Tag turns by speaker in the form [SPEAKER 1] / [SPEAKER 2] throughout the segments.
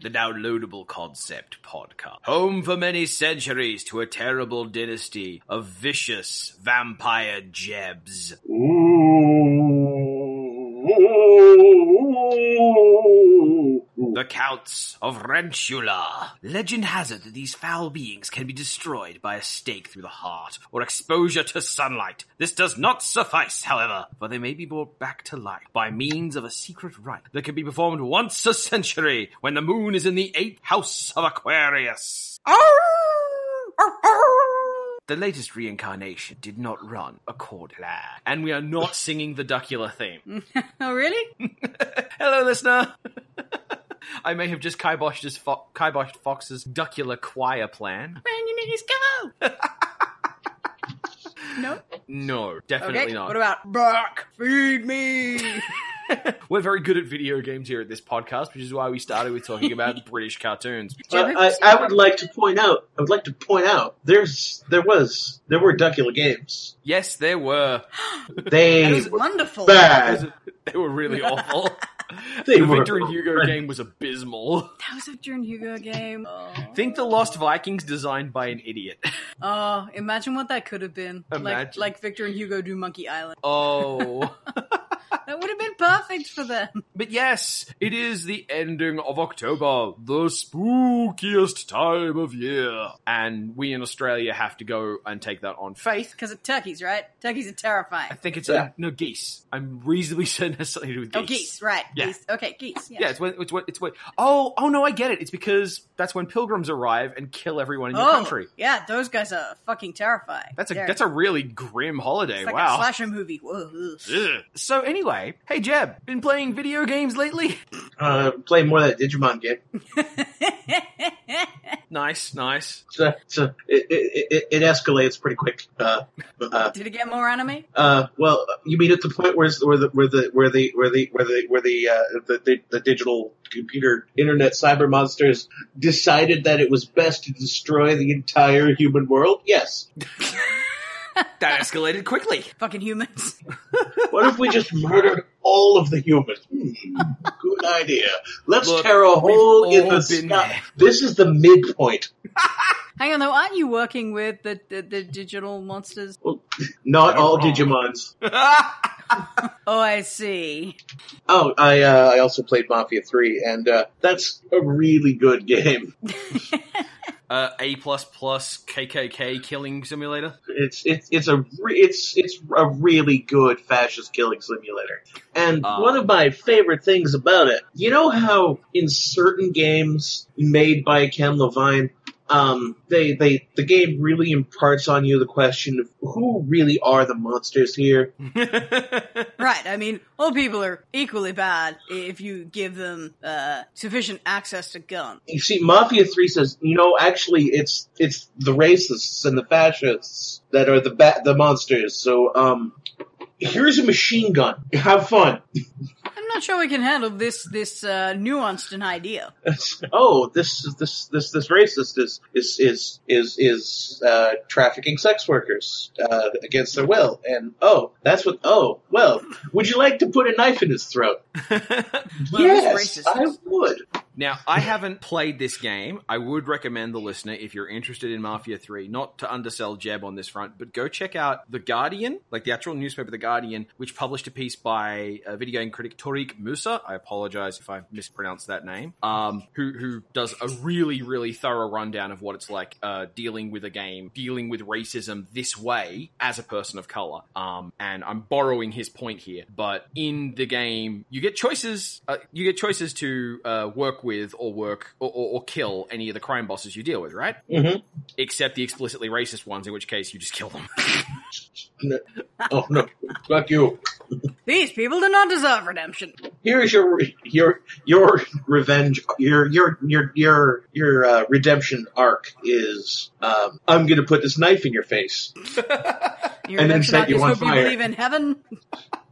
[SPEAKER 1] the downloadable concept podcast. Home for many centuries to a terrible dynasty of vicious vampire jebs. The Counts of Rentula. Legend has it that these foul beings can be destroyed by a stake through the heart or exposure to sunlight. This does not suffice, however, for they may be brought back to life by means of a secret rite that can be performed once a century when the moon is in the eighth house of Aquarius.
[SPEAKER 2] Oh,
[SPEAKER 1] The latest reincarnation did not run according to plan, and we are not singing the Duckula theme.
[SPEAKER 2] Oh, really?
[SPEAKER 1] Hello, listener. I may have just kiboshed, his fo- kiboshed Fox's duckula choir plan.
[SPEAKER 2] Man, you niggas go! no?
[SPEAKER 1] No, definitely
[SPEAKER 2] okay.
[SPEAKER 1] not.
[SPEAKER 2] What about Buck? Feed me!
[SPEAKER 1] We're very good at video games here at this podcast, which is why we started with talking about British cartoons.
[SPEAKER 2] Jim, have you
[SPEAKER 3] Uh, I,
[SPEAKER 2] seen
[SPEAKER 3] I would like to point out. I would like to point out. There's there was there were Duckula games.
[SPEAKER 1] Yes, there were.
[SPEAKER 2] That
[SPEAKER 3] They
[SPEAKER 2] was
[SPEAKER 3] were
[SPEAKER 2] wonderful.
[SPEAKER 3] bad.
[SPEAKER 1] They were really awful.
[SPEAKER 3] They
[SPEAKER 1] the
[SPEAKER 3] were
[SPEAKER 1] Victor and Hugo game was abysmal.
[SPEAKER 2] That was a June Hugo game. Oh.
[SPEAKER 1] Think the Lost Vikings designed by an idiot.
[SPEAKER 2] Oh, imagine what that could have been. Like
[SPEAKER 1] Imagine.
[SPEAKER 2] like Victor and Hugo do Monkey Island.
[SPEAKER 1] Oh.
[SPEAKER 2] That would have been perfect for them.
[SPEAKER 1] But yes, it is the ending of October, the spookiest time of year. And we in Australia have to go and take that on faith.
[SPEAKER 2] Because of turkeys, right? Turkeys are
[SPEAKER 1] I
[SPEAKER 2] terrifying.
[SPEAKER 1] think it's
[SPEAKER 3] Yeah.
[SPEAKER 1] no geese. I'm reasonably certain it has something to do with geese.
[SPEAKER 2] Oh, geese, right.
[SPEAKER 1] Yeah.
[SPEAKER 2] Geese. Okay, geese. Yeah.
[SPEAKER 1] Yeah, it's when it's when it's when. Oh, oh no, I get it. It's because that's when pilgrims arrive and kill everyone in your
[SPEAKER 2] oh,
[SPEAKER 1] country.
[SPEAKER 2] yeah, those guys are fucking terrifying.
[SPEAKER 1] That's a
[SPEAKER 2] They're-
[SPEAKER 1] that's a really grim holiday.
[SPEAKER 2] it's like a
[SPEAKER 1] wow.
[SPEAKER 2] slasher movie. Whoa. ugh.
[SPEAKER 1] Ugh. So anyway, hey Jeb, been playing video games lately?
[SPEAKER 3] uh, play more of that Digimon game.
[SPEAKER 1] nice, nice.
[SPEAKER 3] It's a, it's a, it, it, it, it escalates pretty quick. Uh, uh,
[SPEAKER 2] Did it get more anime?
[SPEAKER 3] uh, well, you mean at the point where it's- where the where the where the where the where the where the, uh, the, the the digital computer internet cyber monsters decided that it was best to destroy the entire human world? Yes.
[SPEAKER 1] That escalated quickly.
[SPEAKER 2] Fucking humans.
[SPEAKER 3] What if we just murdered all of the humans? Hmm, good idea. Let's
[SPEAKER 1] Look,
[SPEAKER 3] tear a hole
[SPEAKER 1] we've
[SPEAKER 3] in
[SPEAKER 1] all
[SPEAKER 3] the
[SPEAKER 1] been
[SPEAKER 3] sky.
[SPEAKER 1] there.
[SPEAKER 3] This is the midpoint.
[SPEAKER 2] Hang on though, aren't you working with the the, the digital monsters?
[SPEAKER 3] Not
[SPEAKER 1] You're
[SPEAKER 3] all
[SPEAKER 1] wrong.
[SPEAKER 3] Digimons.
[SPEAKER 2] Oh, I see.
[SPEAKER 3] Oh, I uh, I also played Mafia Three, and uh, that's a really good game.
[SPEAKER 1] uh, A plus plus KKK killing simulator.
[SPEAKER 3] It's it's it's a re- it's it's a really good fascist killing simulator. And
[SPEAKER 1] Uh.
[SPEAKER 3] one of my favorite things about it, you know how in certain games made by Ken Levine, um, they they the game really imparts on you the question of who really are the monsters here.
[SPEAKER 2] Right. I mean, all people are equally bad if you give them uh, sufficient access to guns.
[SPEAKER 3] You see, Mafia Three says, you know, actually, it's it's the racists and the fascists that are the ba- the monsters. So, um, here's a machine gun. Have fun.
[SPEAKER 2] I'm not sure we can handle this this uh, nuanced an idea.
[SPEAKER 3] oh, this is this this this racist is is is is is uh, trafficking sex workers uh, against their will, and oh, that's what. Oh, well, would you like to put a knife in his throat?
[SPEAKER 2] Well, he's
[SPEAKER 3] yes,
[SPEAKER 2] racist.
[SPEAKER 3] I would.
[SPEAKER 1] Now, I haven't played this game. I would recommend the listener, if you're interested in Mafia 3, not to undersell Jeb on this front, but go check out The Guardian, like the actual newspaper The Guardian, which published a piece by uh, video game critic Tariq Musa. I apologize if I mispronounced that name, um, who, who does a really, really thorough rundown of what it's like uh, dealing with a game, dealing with racism this way as a person of color. Um, and I'm borrowing his point here, but in the game, you get choices. Uh, you get choices to uh, work with or work or, or, or kill any of the crime bosses you deal with, right?
[SPEAKER 3] Mhm.
[SPEAKER 1] Except the explicitly racist ones, in which case you just kill them.
[SPEAKER 3] Oh no, fuck you.
[SPEAKER 2] These people do not deserve redemption.
[SPEAKER 3] Here's your your your revenge your your your your your uh, redemption arc is um, I'm going to put this knife in your face.
[SPEAKER 2] Your
[SPEAKER 3] And then
[SPEAKER 2] redemption
[SPEAKER 3] set you
[SPEAKER 2] arc is hope you
[SPEAKER 3] on fire.
[SPEAKER 2] believe in heaven.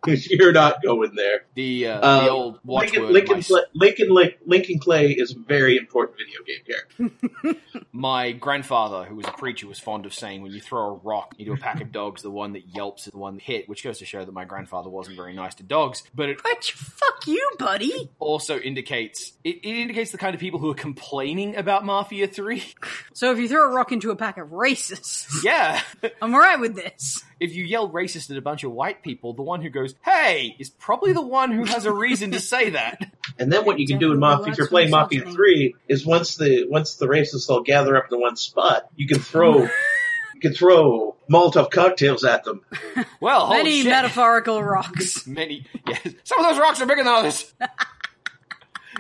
[SPEAKER 3] You're not going there.
[SPEAKER 1] The uh,
[SPEAKER 3] Uh,
[SPEAKER 1] the old
[SPEAKER 3] Lincoln
[SPEAKER 1] watchword.
[SPEAKER 3] Lincoln,
[SPEAKER 1] my,
[SPEAKER 3] Clay, Lincoln, Lin- Lincoln Clay is a very important video game character.
[SPEAKER 1] my grandfather, who was a preacher, was fond of saying, "When you throw a rock into a pack of dogs, the one that yelps is the one that hit," which goes to show that my grandfather wasn't very nice to dogs. But it
[SPEAKER 2] But fuck you, buddy.
[SPEAKER 1] also indicates it, it indicates the kind of people who are complaining about Mafia Three.
[SPEAKER 2] So if you throw a rock into a pack of racists,
[SPEAKER 1] yeah,
[SPEAKER 2] I'm alright with this.
[SPEAKER 1] if you yell racist at a bunch of white people, the one who goes "Hey" is probably the one who has a reason to say that.
[SPEAKER 3] And then what you can do in Mafia, if you're playing Mafia Three, is once the once the racists all gather up in one spot, you can throw you can throw Molotov cocktails at them. Oh,
[SPEAKER 1] Well, holy
[SPEAKER 2] Many
[SPEAKER 1] shit.
[SPEAKER 2] metaphorical rocks.
[SPEAKER 1] many yes some of those rocks are bigger than others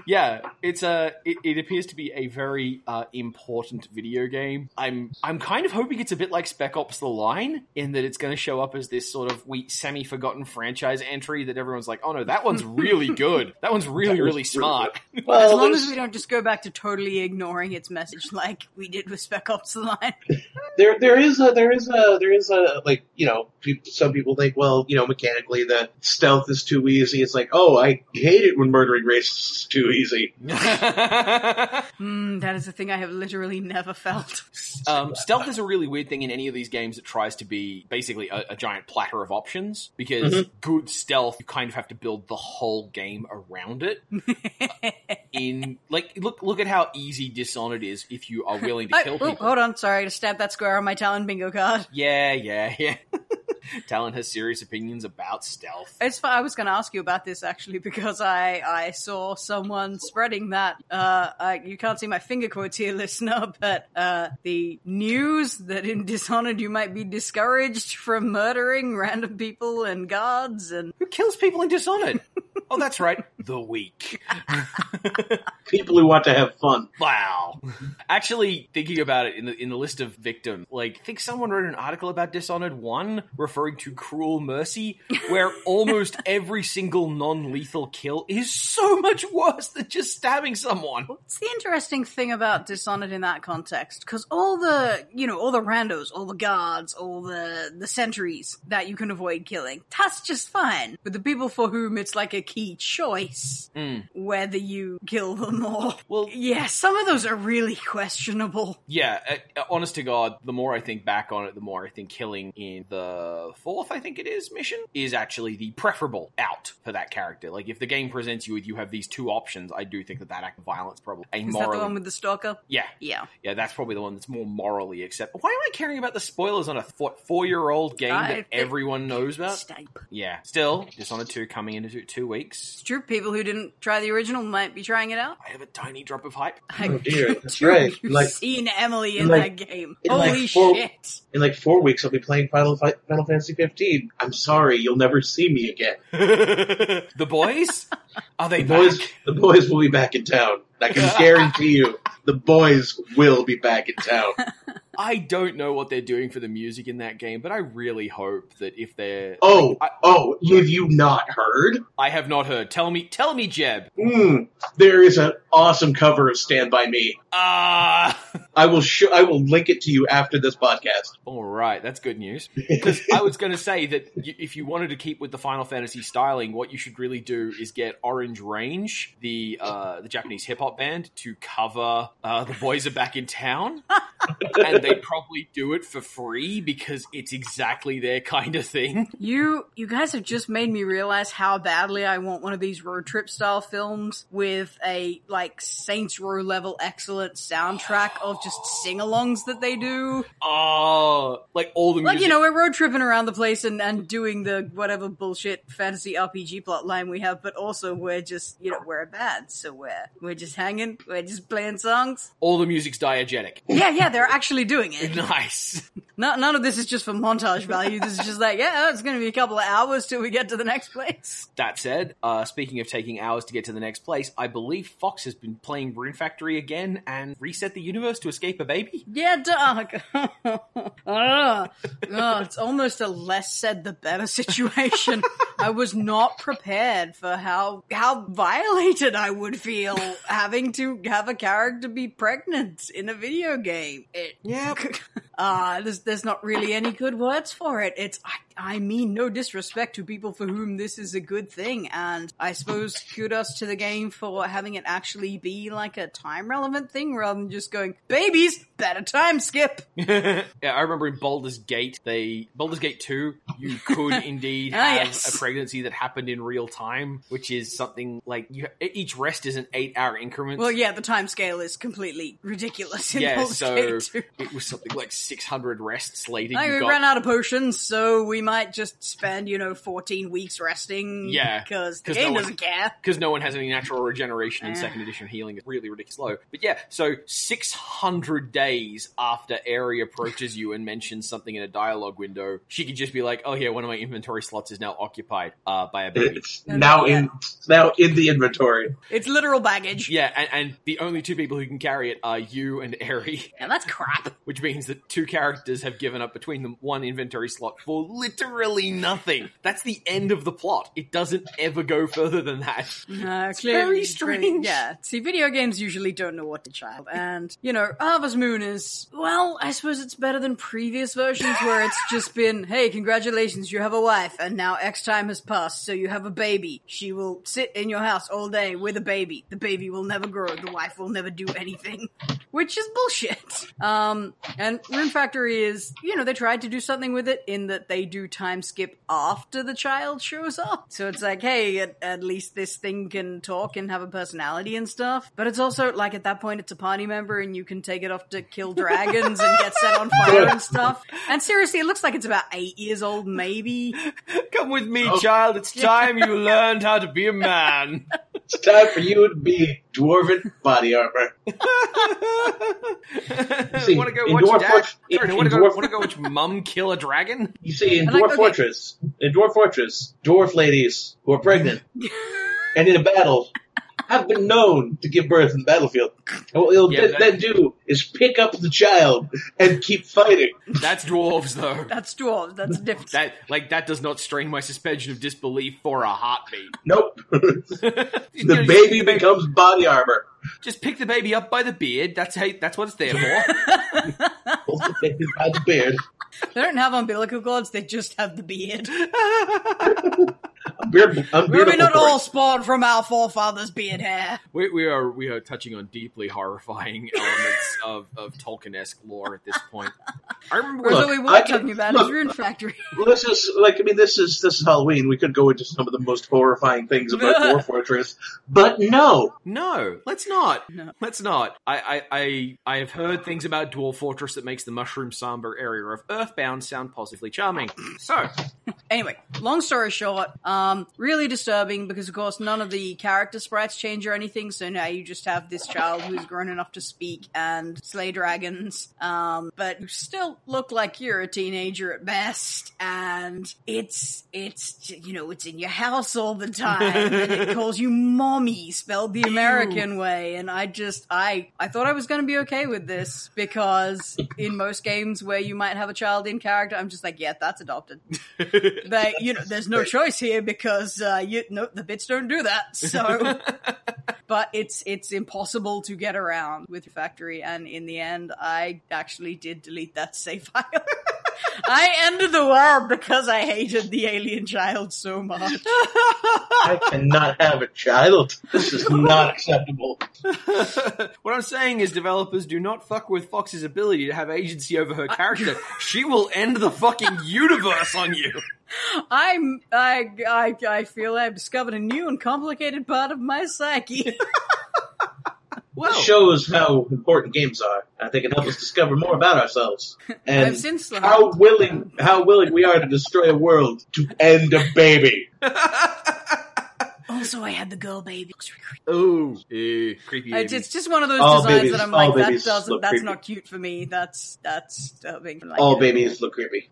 [SPEAKER 1] yeah it's a it, it appears to be a very uh, important video game i'm i'm kind of hoping it's a bit like spec ops the line in that it's going to show up as this sort of we semi forgotten franchise entry that everyone's like oh no that one's really good that one's really
[SPEAKER 3] That was
[SPEAKER 1] really smart
[SPEAKER 2] As
[SPEAKER 3] Well,
[SPEAKER 2] long as
[SPEAKER 3] there's-
[SPEAKER 2] we don't just go back to totally ignoring its message like we did with Spec Ops The Line.
[SPEAKER 3] there there is a there is a there is a like you know peop some people think well you know mechanically the stealth is too easy. It's like oh I hate it when murdering racists is too easy.
[SPEAKER 2] Mm, that is a thing I have literally never felt.
[SPEAKER 1] Um, stealth is a really weird thing in any of these games that tries to be basically a, a giant platter of options because
[SPEAKER 3] Mm-hmm.
[SPEAKER 1] good stealth, you kind of have to build the whole game around it. in like, look look at how easy Dishonored is if you are willing to
[SPEAKER 2] I-
[SPEAKER 1] kill
[SPEAKER 2] oh,
[SPEAKER 1] people.
[SPEAKER 2] hold on, sorry, I just stabbed that square on my Talon bingo card.
[SPEAKER 1] Yeah, yeah, yeah. Talon has serious opinions about stealth.
[SPEAKER 2] It's fun. I was going to ask you about this actually because I, I saw someone spreading that. Uh, I, you can't see my finger quotes here, listener, but uh, the news that in Dishonored you might be discouraged from murdering random people and guards and
[SPEAKER 1] Who kills people in Dishonored? oh, that's right, the weak.
[SPEAKER 3] People who want to have fun.
[SPEAKER 1] Wow. Actually, thinking about it in the in the list of victim, like I think someone wrote an article about Dishonored One referring to Cruel Mercy, where almost every single non-lethal kill is so much worse than just stabbing someone.
[SPEAKER 2] It's the interesting thing about Dishonored in that context, because all the you know all the randos, all the guards, all the the sentries that you can avoid killing, that's just fine. But the people for whom it's like a key choice
[SPEAKER 1] Mm.
[SPEAKER 2] whether you kill them or
[SPEAKER 1] Well-
[SPEAKER 2] yeah, some of those are really questionable.
[SPEAKER 1] Yeah, uh, uh, honest to God, the more I think back on it, the more I think killing in the fourth, I think it is, mission is actually the preferable out for that character. Like, if the game presents you with you have these two options, I do think that that act of violence probably a
[SPEAKER 2] Is that the
[SPEAKER 1] morally-
[SPEAKER 2] one with the stalker?
[SPEAKER 1] yeah,
[SPEAKER 2] Yeah,
[SPEAKER 1] Yeah, that's probably the one that's more morally acceptable. Why am I caring about the spoilers on a four year old game
[SPEAKER 2] I
[SPEAKER 1] that
[SPEAKER 2] think-
[SPEAKER 1] everyone knows about?
[SPEAKER 2] Stipe.
[SPEAKER 1] Yeah. Still, Dishonored 2 coming into two weeks.
[SPEAKER 2] It's true. People who didn't try the original might be trying it out.
[SPEAKER 1] I have a tiny drop of hype.
[SPEAKER 2] I
[SPEAKER 3] Oh dear, that's
[SPEAKER 2] Dude,
[SPEAKER 3] right.
[SPEAKER 2] You've
[SPEAKER 3] Like
[SPEAKER 2] seen Emily in
[SPEAKER 3] like-
[SPEAKER 2] that game.
[SPEAKER 3] in like
[SPEAKER 2] Holy
[SPEAKER 3] four-
[SPEAKER 2] shit!
[SPEAKER 3] in like four weeks, I'll be playing Final Fi- Final Fantasy 15. I'm sorry, you'll never see me again.
[SPEAKER 1] the boys? Are they
[SPEAKER 3] The boys,
[SPEAKER 1] back?
[SPEAKER 3] the boys will be back in town. I can guarantee you, the boys will be back in town.
[SPEAKER 1] I don't know what they're doing for the music in that game, but I really hope that if they're.
[SPEAKER 3] Oh,
[SPEAKER 1] I-
[SPEAKER 3] oh, have you not heard?
[SPEAKER 1] I have not heard. Tell me, tell me, Jeb.
[SPEAKER 3] Mm, there is an awesome cover of Stand By Me.
[SPEAKER 1] Ah.
[SPEAKER 3] I will show, I will link it to you after this podcast.
[SPEAKER 1] All right, that's good news. Because I was going to say that y if you wanted to keep with the Final Fantasy styling, what you should really do is get Orange Range, the uh, the Japanese hip hop band, to cover uh, "The Boys Are Back in Town," and they probably do it for free because it's exactly their kind of thing.
[SPEAKER 2] You you guys have just made me realize how badly I want one of these road trip style films with a like Saints Row level excellent soundtrack of just sing-alongs that they do.
[SPEAKER 1] Oh, like all the
[SPEAKER 2] Like
[SPEAKER 1] music.
[SPEAKER 2] you know, we're road tripping around the place and, and doing the whatever bullshit fantasy RPG plot line we have, but also we're just you know we're a band, so we're we're just hanging, we're just playing songs.
[SPEAKER 1] all the music's diegetic.
[SPEAKER 2] Yeah, yeah, they're actually doing it.
[SPEAKER 1] Nice.
[SPEAKER 2] No, none of this is just for montage value. This is just like yeah, it's going to be a couple of hours till we get to the next place.
[SPEAKER 1] That said, uh, speaking of taking hours to get to the next place, I believe Fox has been playing Rune Factory again and reset the universe to escape a baby.
[SPEAKER 2] Yeah, dog. Ah, ah, it's almost a less said the better situation. I was not prepared for how how violated I would feel having to have a character be pregnant in a video game. It,
[SPEAKER 1] Yeah.
[SPEAKER 2] ah, there's there's not really any good words for it. It's I, I mean no disrespect to people for whom this is a good thing, and I suppose kudos to the game for having it actually be like a time relevant thing rather than just going, babies, better time skip.
[SPEAKER 1] yeah, I remember in Baldur's Gate, they Baldur's Gate two, you could indeed
[SPEAKER 2] Ah,
[SPEAKER 1] have
[SPEAKER 2] yes.
[SPEAKER 1] a pregnancy that happened in real time, which is something like you, each rest is an eight hour increment.
[SPEAKER 2] Well, yeah, the time scale is completely ridiculous in
[SPEAKER 1] Yeah,
[SPEAKER 2] Baldur's
[SPEAKER 1] so-
[SPEAKER 2] Gate 2.
[SPEAKER 1] It was something like six hundred rests later.
[SPEAKER 2] I
[SPEAKER 1] you
[SPEAKER 2] mean, we
[SPEAKER 1] got,
[SPEAKER 2] ran out of potions, so we might just spend, you know, 14 weeks resting.
[SPEAKER 1] Yeah,
[SPEAKER 2] Because the
[SPEAKER 1] 'cause
[SPEAKER 2] game
[SPEAKER 1] no one-
[SPEAKER 2] doesn't care.
[SPEAKER 1] because no one has any natural regeneration in
[SPEAKER 2] Yeah.
[SPEAKER 1] second edition healing is really ridiculous low. But yeah, so 600 days after Ari approaches you and mentions something in a dialogue window, she could just be like, "Oh yeah, one of my inventory slots is now occupied uh, by a baby."
[SPEAKER 3] It's
[SPEAKER 2] No,
[SPEAKER 3] now
[SPEAKER 2] not yet.
[SPEAKER 3] in now in the inventory.
[SPEAKER 2] It's literal baggage.
[SPEAKER 1] yeah, and, and the only two people who can carry it are you and Ari,
[SPEAKER 2] And that's crap.
[SPEAKER 1] which means that two characters have given up between them one inventory slot for literally nothing. That's the end of the plot. It doesn't ever go further than that.
[SPEAKER 2] No,
[SPEAKER 1] It's
[SPEAKER 2] Uh, clearly.
[SPEAKER 1] very
[SPEAKER 2] it's pretty-
[SPEAKER 1] strange.
[SPEAKER 2] yeah. See, video games usually don't know what to child. And, you know, Harvest Moon is, well, I suppose it's better than previous versions where it's just been, hey, congratulations, you have a wife, and now X time has passed, so you have a baby. She will sit in your house all day with a baby. The baby will never grow, the wife will never do anything. which is bullshit. Um, and Rune Factory is, you know, they tried to do something with it in that they do time skip after the child shows up. So it's like, hey, at, at least this thing can talk and have a personality and stuff. But it's also like at that point, it's a party member and you can take it off to kill dragons and get set on fire and stuff. And seriously, it looks like it's about eight years old, maybe.
[SPEAKER 1] Come with me,
[SPEAKER 3] Oh.
[SPEAKER 1] child. It's time you learned how to be a man.
[SPEAKER 3] It's time for you to be dwarven body armor. See,
[SPEAKER 1] want to go
[SPEAKER 3] in
[SPEAKER 1] watch
[SPEAKER 3] Dwarf
[SPEAKER 1] dad?
[SPEAKER 3] Fortress-
[SPEAKER 1] Sorry,
[SPEAKER 3] in
[SPEAKER 1] want to go,
[SPEAKER 3] Dwarf-
[SPEAKER 1] want to go watch mum kill a dragon?
[SPEAKER 3] You see, in
[SPEAKER 2] And, like,
[SPEAKER 3] Dwarf
[SPEAKER 2] okay.
[SPEAKER 3] Fortress, in Dwarf Fortress, dwarf ladies who are pregnant and in a battle have been known to give birth in the battlefield. And what they'll
[SPEAKER 1] Yeah,
[SPEAKER 3] th-
[SPEAKER 1] that-
[SPEAKER 3] then do is pick up the child and keep fighting.
[SPEAKER 1] That's dwarves, though.
[SPEAKER 2] That's dwarves. That's different.
[SPEAKER 1] That like that does not strain my suspension of disbelief for a heartbeat.
[SPEAKER 3] Nope. the
[SPEAKER 1] You know, just
[SPEAKER 3] baby
[SPEAKER 1] pick the
[SPEAKER 3] becomes body armor.
[SPEAKER 1] just pick the baby up by the beard. That's how, that's what it's there for.
[SPEAKER 3] Hold the baby by the beard.
[SPEAKER 2] they don't have umbilical cords. They just have the beard.
[SPEAKER 3] I'm beard, I'm
[SPEAKER 2] Were we
[SPEAKER 3] beardable
[SPEAKER 2] not
[SPEAKER 3] for
[SPEAKER 2] all
[SPEAKER 3] it.
[SPEAKER 2] spawned from our forefathers' beard hair?
[SPEAKER 1] we, we are we are touching on deeply horrifying elements of of Tolkien-esque lore at this point. I remember
[SPEAKER 2] Or
[SPEAKER 1] when
[SPEAKER 2] so
[SPEAKER 3] Look,
[SPEAKER 2] we
[SPEAKER 3] I
[SPEAKER 2] were
[SPEAKER 3] can-
[SPEAKER 2] talking about
[SPEAKER 3] look,
[SPEAKER 2] is Rune Factory.
[SPEAKER 3] Well, this is like I mean this is this is Halloween. We could go into some of the most horrifying things about Dwarf Fortress, but no,
[SPEAKER 1] No, let's not.
[SPEAKER 2] No.
[SPEAKER 1] Let's not. I, I, I, I have heard things about Dwarf Fortress that makes the Mushroom Samber area of Earthbound sound positively charming. So,
[SPEAKER 2] Anyway, long story short, um, really disturbing because of course none of the character sprites change or anything, so now you just have this child who's grown enough to speak and slay dragons, um, but you still look like you're a teenager at best, and it's it's you know it's in your house all the time, and it calls you mommy spelled the American way, and I just I I thought I was going to be okay with this because in most games where you might have a child in character, I'm just like yeah that's adopted they you know there's no choice here because uh you no the bits don't do that so but it's it's impossible to get around with your factory and in the end i actually did delete that save file i ended the world because i hated the alien child so much
[SPEAKER 3] I cannot have a child. This is not acceptable.
[SPEAKER 1] what I'm saying is, developers do not fuck with Fox's ability to have agency over her character. she will end the fucking universe on you.
[SPEAKER 2] i'm i i, I feel i've discovered a new and complicated part of my psyche
[SPEAKER 1] Well,
[SPEAKER 2] Oh.
[SPEAKER 3] It shows how important games are. I think it helps us discover more about ourselves
[SPEAKER 2] i've
[SPEAKER 3] and
[SPEAKER 2] since learned
[SPEAKER 3] how willing how willing we are to destroy a world to end a baby.
[SPEAKER 2] also i had the girl baby Looks really
[SPEAKER 1] oh, eh, creepy.
[SPEAKER 2] It's,
[SPEAKER 1] baby.
[SPEAKER 2] it's just one of those
[SPEAKER 3] All
[SPEAKER 2] designs
[SPEAKER 3] Oh, babies-
[SPEAKER 2] that I'm
[SPEAKER 3] all
[SPEAKER 2] like, that
[SPEAKER 3] babies
[SPEAKER 2] doesn't,
[SPEAKER 3] look
[SPEAKER 2] that's
[SPEAKER 3] creepy. Oh,
[SPEAKER 2] not cute for me. That's that's disturbing. Like, oh,
[SPEAKER 3] All babies look creepy.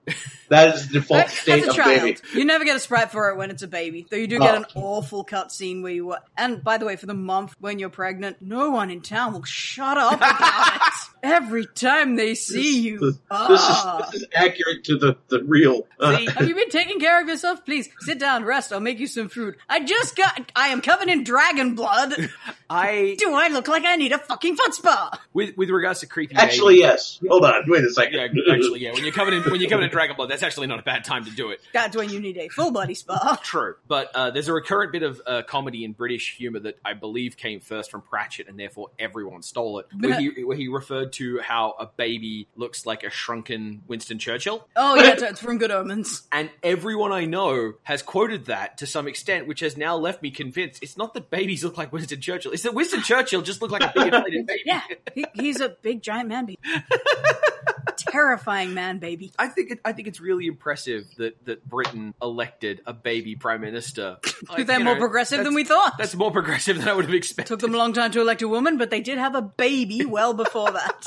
[SPEAKER 3] That is the default
[SPEAKER 2] As
[SPEAKER 3] state
[SPEAKER 2] a
[SPEAKER 3] of
[SPEAKER 2] child,
[SPEAKER 3] oh, baby.
[SPEAKER 2] you never get a sprite for it when it's a baby. Though you do get
[SPEAKER 3] Oh.
[SPEAKER 2] an awful cutscene where you were. And by the way, for the month when you're pregnant, no one in town will shut up about it. Every time they see you,
[SPEAKER 3] This, this
[SPEAKER 2] ah.
[SPEAKER 3] is this is accurate to the the real. Uh,
[SPEAKER 1] See,
[SPEAKER 2] Have you been taking care of yourself? Please sit down, rest. I'll make you some food. I just got. I am covered in dragon blood.
[SPEAKER 1] I
[SPEAKER 2] Do I look like I need a fucking foot spa?
[SPEAKER 1] with with regards to creepy.
[SPEAKER 3] Actually,
[SPEAKER 1] baby-
[SPEAKER 3] yes. Hold on. Wait a second.
[SPEAKER 1] yeah, actually, yeah. When you're coming in, when you're coming in Dragon Blood, that's actually not a bad time to do it.
[SPEAKER 2] That's when you need a full body spa.
[SPEAKER 1] True, but uh, there's a recurrent bit of uh, comedy in British humor that I believe came first from Pratchett, and therefore everyone stole it. Where he, where he referred to how a baby looks like a shrunken Winston Churchill,
[SPEAKER 2] Oh yeah, it's from Good Omens.
[SPEAKER 1] and everyone I know has quoted that to some extent, which has now left me convinced it's not that babies look like Winston Churchill; it's that Winston Churchill just looked like a big inflated baby.
[SPEAKER 2] Yeah, he, he's a big giant man baby. Terrifying man baby.
[SPEAKER 1] I think it, I think it's really impressive that that Britain elected a baby prime minister. Like,
[SPEAKER 2] They're
[SPEAKER 1] you
[SPEAKER 2] more
[SPEAKER 1] know,
[SPEAKER 2] progressive than
[SPEAKER 1] Oh, that's-
[SPEAKER 2] we thought.
[SPEAKER 1] That's more progressive than I would have expected.
[SPEAKER 2] Took them a long time to elect a woman, but they did have a baby well before that.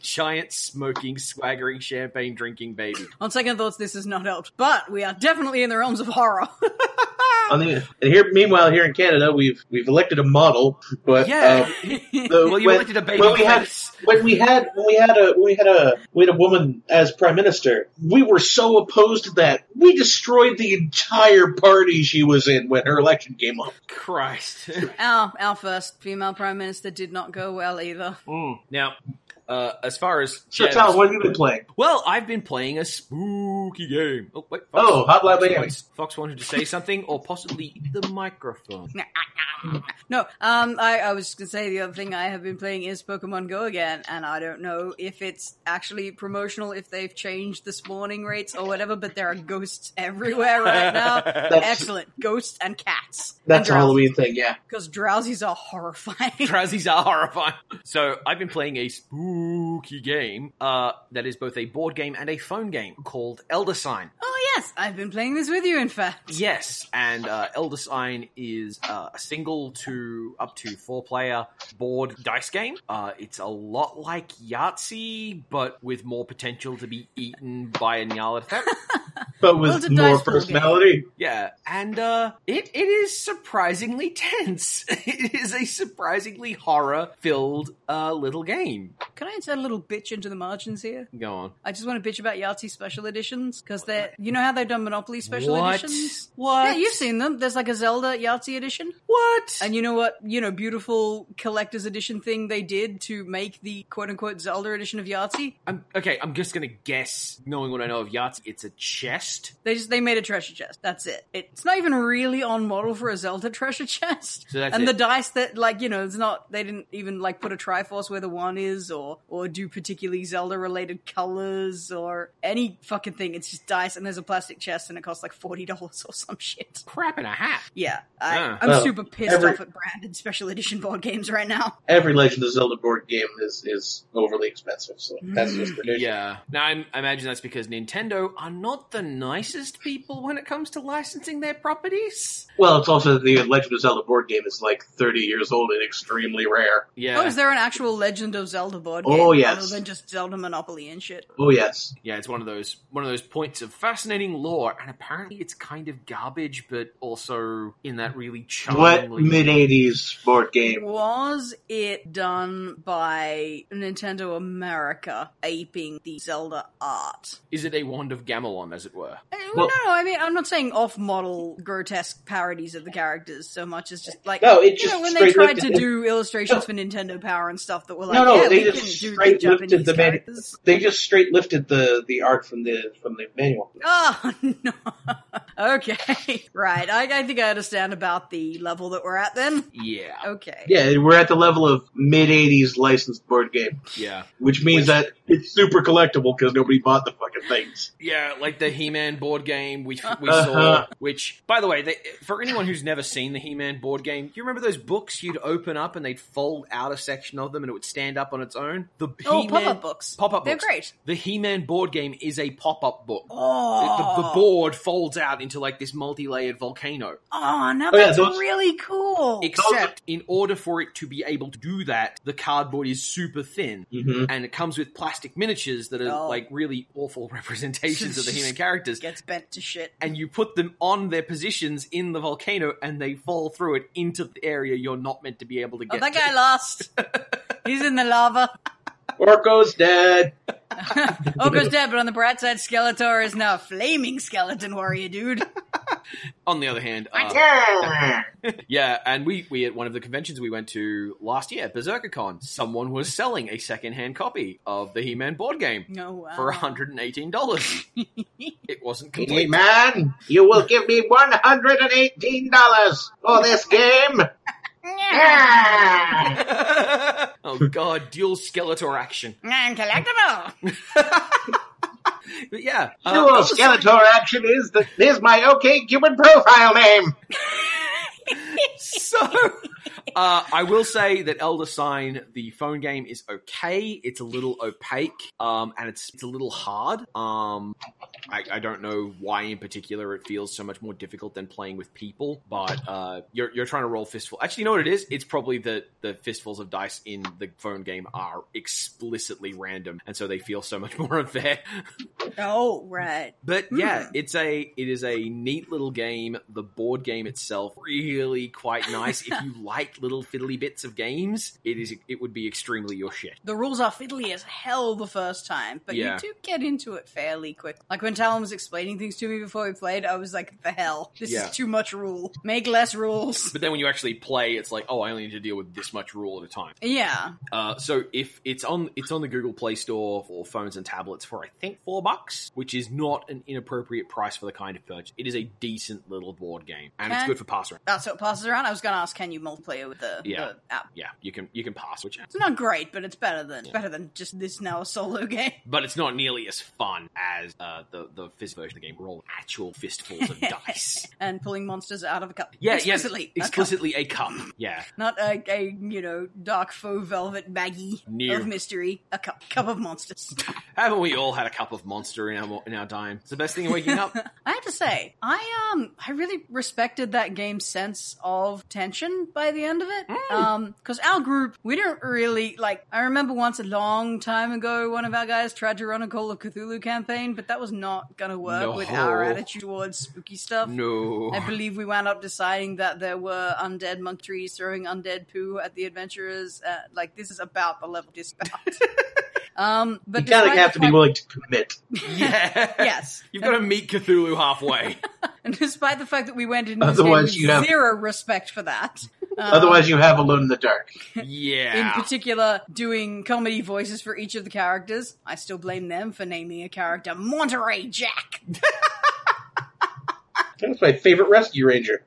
[SPEAKER 1] Giant smoking, swaggering, champagne drinking baby.
[SPEAKER 2] On second thoughts, this has not helped. But we are definitely in the realms of horror.
[SPEAKER 3] On the, and here, meanwhile, here in Canada, we've we've elected a model, but
[SPEAKER 1] Yeah.
[SPEAKER 3] um, the-
[SPEAKER 1] well, you
[SPEAKER 3] when-
[SPEAKER 1] elected a baby
[SPEAKER 3] when we had
[SPEAKER 1] face.
[SPEAKER 3] when we had when we had a when we had a we had a woman as prime minister, we were so opposed to that. We destroyed the entire party she was in when her election came up.
[SPEAKER 1] Christ.
[SPEAKER 2] our our first female prime minister did not go well either.
[SPEAKER 1] Mm. Now, uh, as far as
[SPEAKER 3] So,
[SPEAKER 1] Jeb's-
[SPEAKER 3] Tal, what have you been playing?
[SPEAKER 1] well, I've been playing a spooky game. Oh wait, Fox,
[SPEAKER 3] Oh, Hotline
[SPEAKER 1] Fox,
[SPEAKER 3] Miami.
[SPEAKER 1] wants- Fox wanted to say something, or possibly the microphone.
[SPEAKER 2] No, um, I, I was just gonna say the other thing I have been playing is Pokemon Go again, and I don't know if it's actually promotional, if they've changed the spawning rates or whatever, but there are ghosts everywhere right now.
[SPEAKER 3] That's-
[SPEAKER 2] Excellent, ghosts and cats.
[SPEAKER 3] That's a Halloween thing, yeah.
[SPEAKER 2] because drowsies are horrifying.
[SPEAKER 1] Drowsies are horrifying. So I've been playing a spooky game uh, that is both a board game and a phone game called Elder Sign.
[SPEAKER 2] oh yes, I've been playing this with you. In fact,
[SPEAKER 1] Yes, and uh, Elder Sign is uh, a single to up to four player board dice game. Uh, it's a lot like Yahtzee, but with more potential to be eaten by a Nyarlathotep.
[SPEAKER 3] But
[SPEAKER 2] Well, it's
[SPEAKER 3] with
[SPEAKER 2] a
[SPEAKER 3] more
[SPEAKER 2] dice pool game.
[SPEAKER 3] personality.
[SPEAKER 1] Yeah, and uh, it it is surprisingly tense. it is a surprisingly horror filled uh, little game.
[SPEAKER 2] can I insert a little bitch into the margins here?
[SPEAKER 1] Go on.
[SPEAKER 2] I just want to bitch about Yahtzee special editions because they're you know how they've done Monopoly special
[SPEAKER 1] what?
[SPEAKER 2] editions.
[SPEAKER 1] What?
[SPEAKER 2] Yeah, you've seen them. There's like a Zelda Yahtzee edition.
[SPEAKER 1] What?
[SPEAKER 2] And you know what, you know, beautiful collector's edition thing they did to make the quote unquote Zelda edition of Yahtzee?
[SPEAKER 1] I'm, okay, I'm just gonna guess, knowing what I know of Yahtzee, it's a chest.
[SPEAKER 2] They just they made a treasure chest. That's it. It's not even really on model for a Zelda treasure chest.
[SPEAKER 1] So that's
[SPEAKER 2] and
[SPEAKER 1] it.
[SPEAKER 2] the dice that like, you know, it's not they didn't even like put a triforce where the one is or or do particularly Zelda related colors or any fucking thing. It's just dice and there's a plastic chest and it costs like forty dollars or some shit.
[SPEAKER 1] Crap in a hat.
[SPEAKER 2] Yeah. I,
[SPEAKER 1] Yeah.
[SPEAKER 2] I'm
[SPEAKER 3] Well,
[SPEAKER 2] super pissed
[SPEAKER 3] every-
[SPEAKER 2] off at branded special edition board games right now.
[SPEAKER 3] Every Legend of Zelda board game is, is overly expensive, so that's just ridiculous.
[SPEAKER 1] Mm, Yeah. Now I'm, I imagine that's because Nintendo are not the nicest people when it comes to licensing their properties.
[SPEAKER 3] Well, it's also the Legend of Zelda board game is like 30 years old and extremely rare.
[SPEAKER 1] Yeah.
[SPEAKER 2] Oh, is there an actual Legend of Zelda board game?
[SPEAKER 3] Oh, yes.
[SPEAKER 2] Other than just Zelda Monopoly and shit.
[SPEAKER 3] Oh, yes.
[SPEAKER 1] yeah, it's one of those one of those points of fascinating lore, and apparently it's kind of garbage, but also in that really
[SPEAKER 3] What
[SPEAKER 1] charmingly.
[SPEAKER 3] mid 80s board game?
[SPEAKER 2] Was it done by Nintendo America aping the Zelda art?
[SPEAKER 1] is it a wand of Gamelon, as it were?
[SPEAKER 2] Eh,
[SPEAKER 3] Well-
[SPEAKER 2] no, I mean, I'm not saying off model grotesque parodies of the characters so much as just like.
[SPEAKER 3] No, it
[SPEAKER 2] you
[SPEAKER 3] just
[SPEAKER 2] know, when they
[SPEAKER 3] straight
[SPEAKER 2] tried
[SPEAKER 3] lifted
[SPEAKER 2] to
[SPEAKER 3] it.
[SPEAKER 2] do illustrations for Nintendo Power and stuff that were like,
[SPEAKER 3] No, no,
[SPEAKER 2] yeah,
[SPEAKER 3] they
[SPEAKER 2] we
[SPEAKER 3] just
[SPEAKER 2] can do the
[SPEAKER 3] straight lifted
[SPEAKER 2] Japanese
[SPEAKER 3] the man-
[SPEAKER 2] characters.
[SPEAKER 3] They just straight lifted the, the art from the from the manual.
[SPEAKER 2] Oh no! okay, right. I, I think I understand about the level that we're at then.
[SPEAKER 1] Yeah.
[SPEAKER 2] Okay.
[SPEAKER 3] Yeah, we're at the level of mid 80s licensed board game,
[SPEAKER 1] Yeah.
[SPEAKER 3] which means that it's super collectible because nobody bought the fucking things.
[SPEAKER 1] Yeah, like the He-Man board game we, we saw.
[SPEAKER 3] Uh-huh.
[SPEAKER 1] Which, by the way, they, for anyone who's never seen the He-Man board game, you remember those books you'd open up and they'd fold out a section of them and it would stand up on its own. The
[SPEAKER 2] Oh,
[SPEAKER 1] He-Man
[SPEAKER 2] pop-up books.
[SPEAKER 1] Pop-up
[SPEAKER 2] They're
[SPEAKER 1] books.
[SPEAKER 2] great.
[SPEAKER 1] The He-Man board game is a pop-up book.
[SPEAKER 2] Oh,
[SPEAKER 1] The, the board folds out into like this multi-layered volcano.
[SPEAKER 2] Oh, now
[SPEAKER 3] Oh, yeah,
[SPEAKER 2] that's
[SPEAKER 3] those-
[SPEAKER 2] really cool.
[SPEAKER 1] Except, in order for it to be able to do that, the cardboard is super thin.
[SPEAKER 3] Mm-hmm.
[SPEAKER 1] And it comes with plastic miniatures that are
[SPEAKER 2] Oh.
[SPEAKER 1] like really awful representations of the He-Man characters.
[SPEAKER 2] Gets bent to shit.
[SPEAKER 1] and you put them on their positions in the volcano and they fall through it into the area you're not meant to be able to
[SPEAKER 2] Oh,
[SPEAKER 1] get
[SPEAKER 2] that
[SPEAKER 1] to.
[SPEAKER 2] guy lost. He's in the lava.
[SPEAKER 3] Orko's dead.
[SPEAKER 2] Oko's dead, but on the bright side, Skeletor is now a flaming skeleton warrior, dude.
[SPEAKER 1] On the other hand, uh, yeah, and we, we at one of the conventions we went to last year, BerserkerCon, someone was selling a secondhand copy of the He-Man board game
[SPEAKER 2] No, wow.
[SPEAKER 1] for $118. it wasn't
[SPEAKER 3] Hey
[SPEAKER 1] complete.
[SPEAKER 3] man, you will give me one hundred and eighteen dollars for this game. Yeah.
[SPEAKER 1] oh god, dual Skeletor action.
[SPEAKER 2] I'm collectible.
[SPEAKER 1] But yeah, uh,
[SPEAKER 3] Dual Skeletor action is the is my OK Cupid profile name.
[SPEAKER 1] so uh, I will say that Elder Sign, the phone game, is okay. It's a little opaque, um, and it's it's a little hard. Um, I, I don't know why, in particular, it feels so much more difficult than playing with people. But uh, you're you're trying to roll fistful. Actually, you know what it is? It's probably that the fistfuls of dice in the phone game are explicitly random, and so they feel so much more unfair.
[SPEAKER 2] Oh, right.
[SPEAKER 1] But
[SPEAKER 2] Hmm.
[SPEAKER 1] yeah, it's a it is a neat little game. The board game itself really quite nice. if you like little fiddly bits of games, it is it would be extremely your shit.
[SPEAKER 2] The rules are fiddly as hell the first time, but
[SPEAKER 1] Yeah.
[SPEAKER 2] you do get into it fairly quick. Like when Talon was explaining things to me before we played, I was like, the hell. This
[SPEAKER 1] Yeah.
[SPEAKER 2] is too much rule. Make less rules.
[SPEAKER 1] But then when you actually play, it's like, oh, I only need to deal with this much rule at a time.
[SPEAKER 2] Yeah.
[SPEAKER 1] Uh, so if it's on it's on the Google Play Store for phones and tablets for I think four bucks, which is not an inappropriate price for the kind of purchase. It is a decent little board game, and it's
[SPEAKER 2] Can-
[SPEAKER 1] good for pass around.
[SPEAKER 2] That's what passes around. I was going to ask, can you multiplayer with the,
[SPEAKER 1] Yeah.
[SPEAKER 2] the app?
[SPEAKER 1] Yeah, you can you can pass, which
[SPEAKER 2] It's not great, but it's better than better than just this now a solo game.
[SPEAKER 1] but it's not nearly as fun as uh, the the fist version of the game. We're all actual fistfuls of dice.
[SPEAKER 2] And pulling monsters out of a cup.
[SPEAKER 1] Yeah,
[SPEAKER 2] explicitly.
[SPEAKER 1] yes,
[SPEAKER 2] a cup.
[SPEAKER 1] explicitly a cup. Yeah,
[SPEAKER 2] Not a, a you know dark faux velvet baggie
[SPEAKER 1] New.
[SPEAKER 2] of mystery. A cup, cup of monsters.
[SPEAKER 1] haven't we all had a cup of monster in our in our time? It's the best thing in waking up.
[SPEAKER 2] I have to say, I um, I really respected that game's sense of tension by the end of it.
[SPEAKER 3] Mm.
[SPEAKER 2] Um, because our group, we don't really like. I remember once a long time ago, one of our guys tried to run a Call of Cthulhu campaign, but that was not gonna work with our
[SPEAKER 1] No.
[SPEAKER 2] attitude towards spooky stuff.
[SPEAKER 1] No,
[SPEAKER 2] I believe we wound up deciding that there were undead monk trees throwing undead poo at the adventurers. Uh, like this is about the level of discount. um, but
[SPEAKER 3] You kind of
[SPEAKER 2] despite the
[SPEAKER 3] have to be
[SPEAKER 2] fact-
[SPEAKER 3] willing to commit.
[SPEAKER 1] yeah,
[SPEAKER 2] Yes,
[SPEAKER 1] You've got to meet Cthulhu halfway.
[SPEAKER 2] and despite the fact that we went into this game
[SPEAKER 3] Otherwise
[SPEAKER 2] with
[SPEAKER 3] you have-
[SPEAKER 2] zero respect for that. Um,
[SPEAKER 3] Otherwise, you have Alone in the Dark.
[SPEAKER 2] in
[SPEAKER 1] Yeah,
[SPEAKER 2] particular, doing comedy voices for each of the characters. I still blame them for naming a character Monterey Jack.
[SPEAKER 3] That's my favorite Rescue Ranger.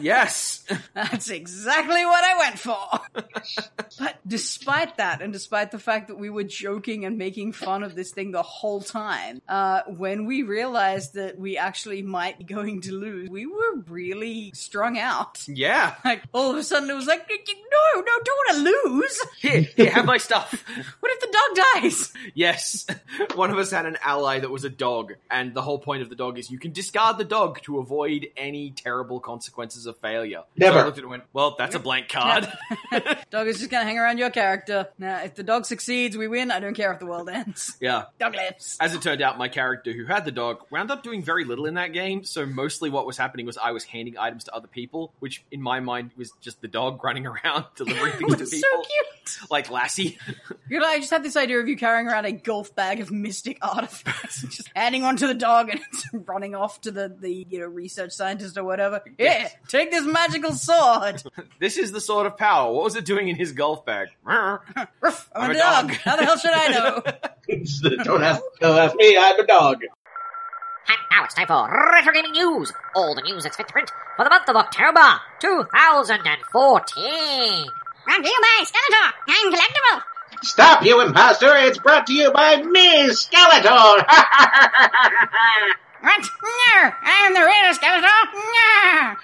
[SPEAKER 1] yes.
[SPEAKER 2] That's exactly what I went for. but despite that, and despite the fact that we were joking and making fun of this thing the whole time, uh, when we realized that we actually might be going to lose, we were really strung out.
[SPEAKER 1] Yeah,
[SPEAKER 2] Like all of a sudden, it was like, no, no, don't want to lose.
[SPEAKER 1] here, here, have my stuff.
[SPEAKER 2] What if the dog dies?
[SPEAKER 1] Yes, one of us had an ally that was a dog, and the whole point of the dog is you can discard the dog to avoid any terrible consequences of failure. So I
[SPEAKER 3] Never.
[SPEAKER 1] looked at it and went, "Well, that's a blank card."
[SPEAKER 2] Dog is just gonna hang around your character. Now, if the dog succeeds, we win. I don't care if the world ends.
[SPEAKER 1] yeah,
[SPEAKER 2] Dog lives.
[SPEAKER 1] As it turned out, my character who had the dog wound up doing very little in that game. So mostly what was happening was I was handing items to other people, which in my mind was just the dog running around delivering
[SPEAKER 2] It
[SPEAKER 1] things to
[SPEAKER 2] was Oh, so
[SPEAKER 1] people,
[SPEAKER 2] cute.
[SPEAKER 1] like Lassie.
[SPEAKER 2] You know, I just had this idea of you carrying around a golf bag of mystic artifacts and just adding on to the dog and it's running off to the, the you know research scientist or whatever.
[SPEAKER 1] Yes.
[SPEAKER 2] Yeah, take this magical sword.
[SPEAKER 1] This is the sword of power. What was it doing in his golf bag? Rrr.
[SPEAKER 2] Ruff, I'm,
[SPEAKER 1] I'm
[SPEAKER 2] a,
[SPEAKER 1] a
[SPEAKER 2] dog.
[SPEAKER 1] dog.
[SPEAKER 2] How the hell should I know?
[SPEAKER 3] don't, ask, don't ask me, I'm a dog.
[SPEAKER 4] And now it's time for Retro Gaming News. All the news that's fit to print for the month of October 2014.
[SPEAKER 5] Brought to you by Skeletor. I'm collectible.
[SPEAKER 3] Stop, you imposter! It's brought to you by me, Skeletor!
[SPEAKER 5] What? No, I'm the real Skeletor. No.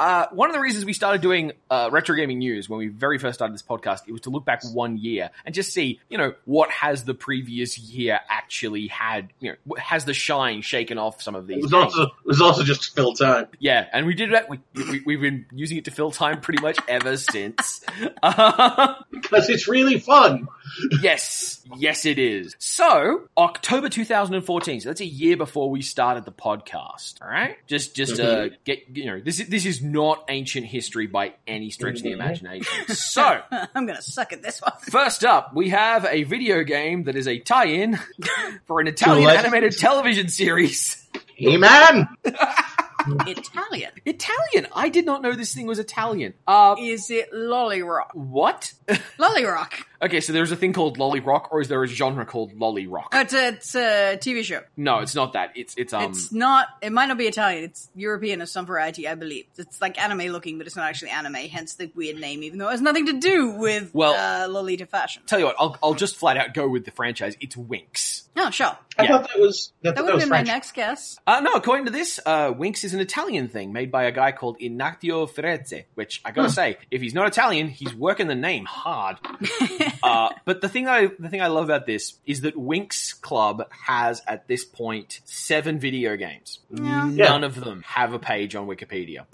[SPEAKER 1] Uh, one of the reasons we started doing uh, retro gaming news when we very first started this podcast, it was to look back one year and just see, you know, what has the previous year actually had, you know, what- has the shine shaken off some of these?
[SPEAKER 3] it, was
[SPEAKER 1] games?
[SPEAKER 3] also, it was also just to fill time.
[SPEAKER 1] Yeah, and we did that. We, we, we've been using it to fill time pretty much ever since. Uh,
[SPEAKER 3] Because it's really fun.
[SPEAKER 1] yes, yes, it is. So October 2014. So that's a year before we started the podcast. All right, just just uh, get you know this is this is not ancient history by any stretch of the imagination. So,
[SPEAKER 2] I'm gonna suck at this one.
[SPEAKER 1] first up, we have a video game that is a tie-in for an Italian
[SPEAKER 3] legend.
[SPEAKER 1] animated television series.
[SPEAKER 3] Hey man,
[SPEAKER 2] Italian.
[SPEAKER 1] Italian. I did not know this thing was Italian. Uh,
[SPEAKER 2] Is it lolly rock?
[SPEAKER 1] what?
[SPEAKER 2] Lolly rock.
[SPEAKER 1] okay, so there's a thing called lolly rock, or is there a genre called lolly rock?
[SPEAKER 2] Oh, it's a, it's a TV show.
[SPEAKER 1] No, it's not that. It's it's um.
[SPEAKER 2] it's not. It might not be Italian. It's European of some variety, I believe. It's like anime looking, but it's not actually anime. Hence the weird name, even though it has nothing to do with
[SPEAKER 1] Well-
[SPEAKER 2] uh, Lolita fashion.
[SPEAKER 1] Tell you what, I'll I'll just flat out go with the franchise. It's Winx.
[SPEAKER 2] Oh, sure.
[SPEAKER 3] I
[SPEAKER 1] Yeah.
[SPEAKER 3] thought that was that,
[SPEAKER 2] That
[SPEAKER 3] that,
[SPEAKER 2] would have
[SPEAKER 3] was
[SPEAKER 2] been
[SPEAKER 3] French.
[SPEAKER 2] my next guess.
[SPEAKER 1] Uh, no, according to this, uh, Winx is an Italian thing made by a guy called Ignazio Ferrezze, which I gotta say, if he's not Italian, he's working the name hard. uh, but the thing I the thing I love about this is that Winx Club has at this point seven video games.
[SPEAKER 2] Yeah.
[SPEAKER 3] Yeah.
[SPEAKER 1] None of them have a page on Wikipedia.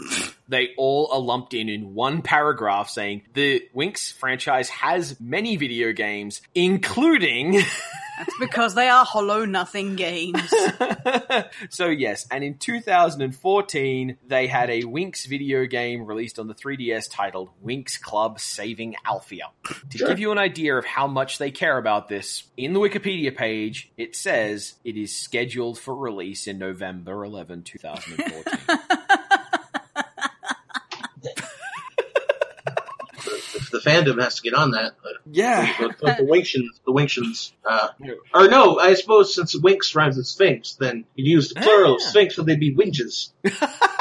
[SPEAKER 1] they all are lumped in in one paragraph saying the Winx franchise has many video games, including.
[SPEAKER 2] That's because they are hollow nothing games.
[SPEAKER 1] so yes, and in 2014 they had a Winx video game released on the 3DS titled Winx Club Saving Alphia. To
[SPEAKER 3] Sure.
[SPEAKER 1] give you an idea of how much they care about this, in the Wikipedia page it says it is scheduled for release in November 11, 2014.
[SPEAKER 3] If the fandom has to get on that. but-
[SPEAKER 1] yeah.
[SPEAKER 3] but the Winxians, the Winxians, uh, or no, I suppose since Winx rhymes with Sphinx, then you'd use the plural of
[SPEAKER 1] Ah.
[SPEAKER 3] Sphinx, so they'd be Winges.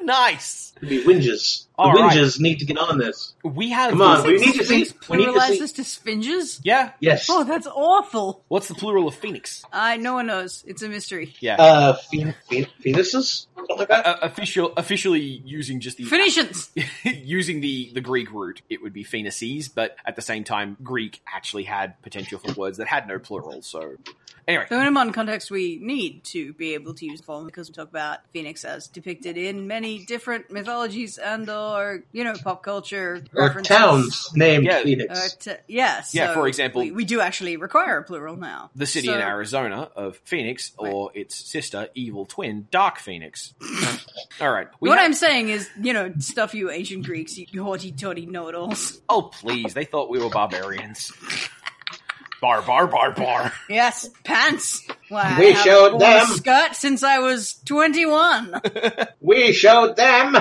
[SPEAKER 1] Nice.
[SPEAKER 3] They'd be Winges. The
[SPEAKER 1] All right.
[SPEAKER 3] Winges need to get on this.
[SPEAKER 1] We have
[SPEAKER 3] Come on, we
[SPEAKER 2] Six
[SPEAKER 3] need to see.
[SPEAKER 2] sphinx
[SPEAKER 3] We need to
[SPEAKER 2] pluralizes
[SPEAKER 3] see.
[SPEAKER 2] to sphinges.
[SPEAKER 1] Yeah.
[SPEAKER 3] Yes.
[SPEAKER 2] Oh, that's awful.
[SPEAKER 1] What's the plural of phoenix?
[SPEAKER 2] I no one knows. It's a mystery.
[SPEAKER 1] Yeah.
[SPEAKER 3] Uh, fe- fe- fetuses? Something like that?
[SPEAKER 1] Uh, official, officially using just the
[SPEAKER 2] Phoenicians.
[SPEAKER 1] using the, the Greek root, it would be phoenices, but at the same time, Greek actually had potential for words that had no plural. So, anyway,
[SPEAKER 2] So in a modern context, we need to be able to use the form because we talk about Phoenix as depicted in many different mythologies and or you know pop culture
[SPEAKER 3] Or
[SPEAKER 2] references. Uh,
[SPEAKER 3] towns named
[SPEAKER 1] Yeah.
[SPEAKER 2] Or
[SPEAKER 3] Phoenix.
[SPEAKER 2] t- yeah, so
[SPEAKER 1] Yeah, for example-
[SPEAKER 2] we, we do actually require a plural now.
[SPEAKER 1] the city
[SPEAKER 2] So-
[SPEAKER 1] in Arizona of Phoenix, or its sister, evil twin, Dark Phoenix. All right. We
[SPEAKER 2] what
[SPEAKER 1] have-
[SPEAKER 2] I'm saying is, you know, stuff you ancient Greeks, you haughty totty know it alls.
[SPEAKER 1] oh, please. They thought we were barbarians. bar, bar, bar, bar.
[SPEAKER 2] Yes, pants. Why, I
[SPEAKER 3] We
[SPEAKER 2] haven't
[SPEAKER 3] showed
[SPEAKER 2] worn a
[SPEAKER 3] them.
[SPEAKER 2] skirt since I was 21.
[SPEAKER 3] We showed them!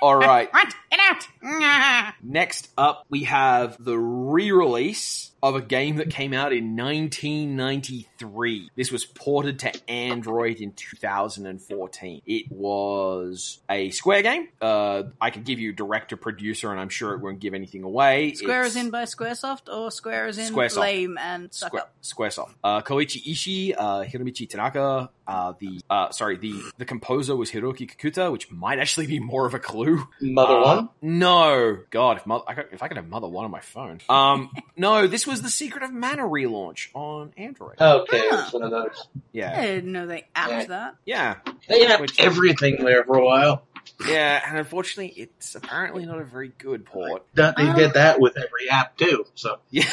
[SPEAKER 1] All right.
[SPEAKER 5] What? Get out! Nyah.
[SPEAKER 1] Next up, we have the re release of a game that came out in 1993. This was ported to Android in 2014. It was a Square game. Uh, I can give you director, producer, and I'm sure it won't give anything away.
[SPEAKER 2] Square
[SPEAKER 1] It's-
[SPEAKER 2] is in by Squaresoft or Square is in
[SPEAKER 1] Squaresoft.
[SPEAKER 2] lame and suck
[SPEAKER 1] Square,
[SPEAKER 2] up.
[SPEAKER 1] Squaresoft. Uh, Koichi Ishii, uh, Hiromichi Tanaka, uh, the uh, sorry, the the composer was Hiroki Kakuta, which might actually be more of a clue.
[SPEAKER 3] Mother
[SPEAKER 1] Uh,
[SPEAKER 3] one?
[SPEAKER 1] No, God, if, mother, I could, if I could have Mother One on my phone. Um, no, this was the Secret of Mana relaunch on Android.
[SPEAKER 3] Okay,
[SPEAKER 2] Ah.
[SPEAKER 3] it's one of those.
[SPEAKER 2] I
[SPEAKER 1] yeah,
[SPEAKER 2] didn't know they
[SPEAKER 3] Yeah.
[SPEAKER 2] apped that.
[SPEAKER 1] yeah,
[SPEAKER 3] They had
[SPEAKER 1] Which-
[SPEAKER 3] everything there for a while.
[SPEAKER 1] yeah. And unfortunately, it's apparently not a very good port.
[SPEAKER 3] That- They
[SPEAKER 2] Oh.
[SPEAKER 3] did that with every app, too. So
[SPEAKER 1] Yeah,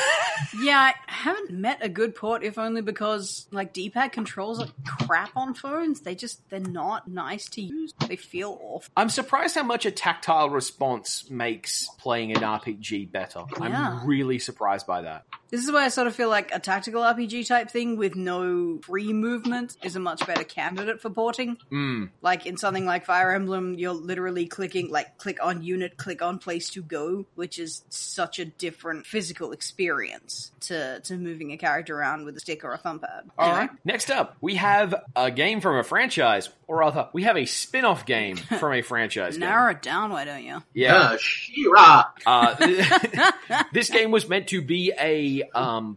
[SPEAKER 2] Yeah, I haven't met a good port if only because like D-pad controls are crap on phones. They just they're not nice to use. They feel awful.
[SPEAKER 1] I'm surprised how much a tactile response makes playing an RPG better.
[SPEAKER 2] Yeah.
[SPEAKER 1] I'm really surprised by that.
[SPEAKER 2] This is why I sort of feel like a tactical RPG type thing with no free movement is a much better candidate for porting.
[SPEAKER 1] Mm.
[SPEAKER 2] Like in something like Fire Emblem, you're literally clicking like click on unit, click on place to go, which is such a different physical experience to to moving a character around with a stick or a thumb pad.
[SPEAKER 1] All right. Next up, we have a game from a franchise, or rather, we have a spin-off game from a franchise. game.
[SPEAKER 2] Narrow it down, why don't you?
[SPEAKER 1] Yeah.
[SPEAKER 3] Ah, Shira!
[SPEAKER 1] Uh, this game was meant to be a um,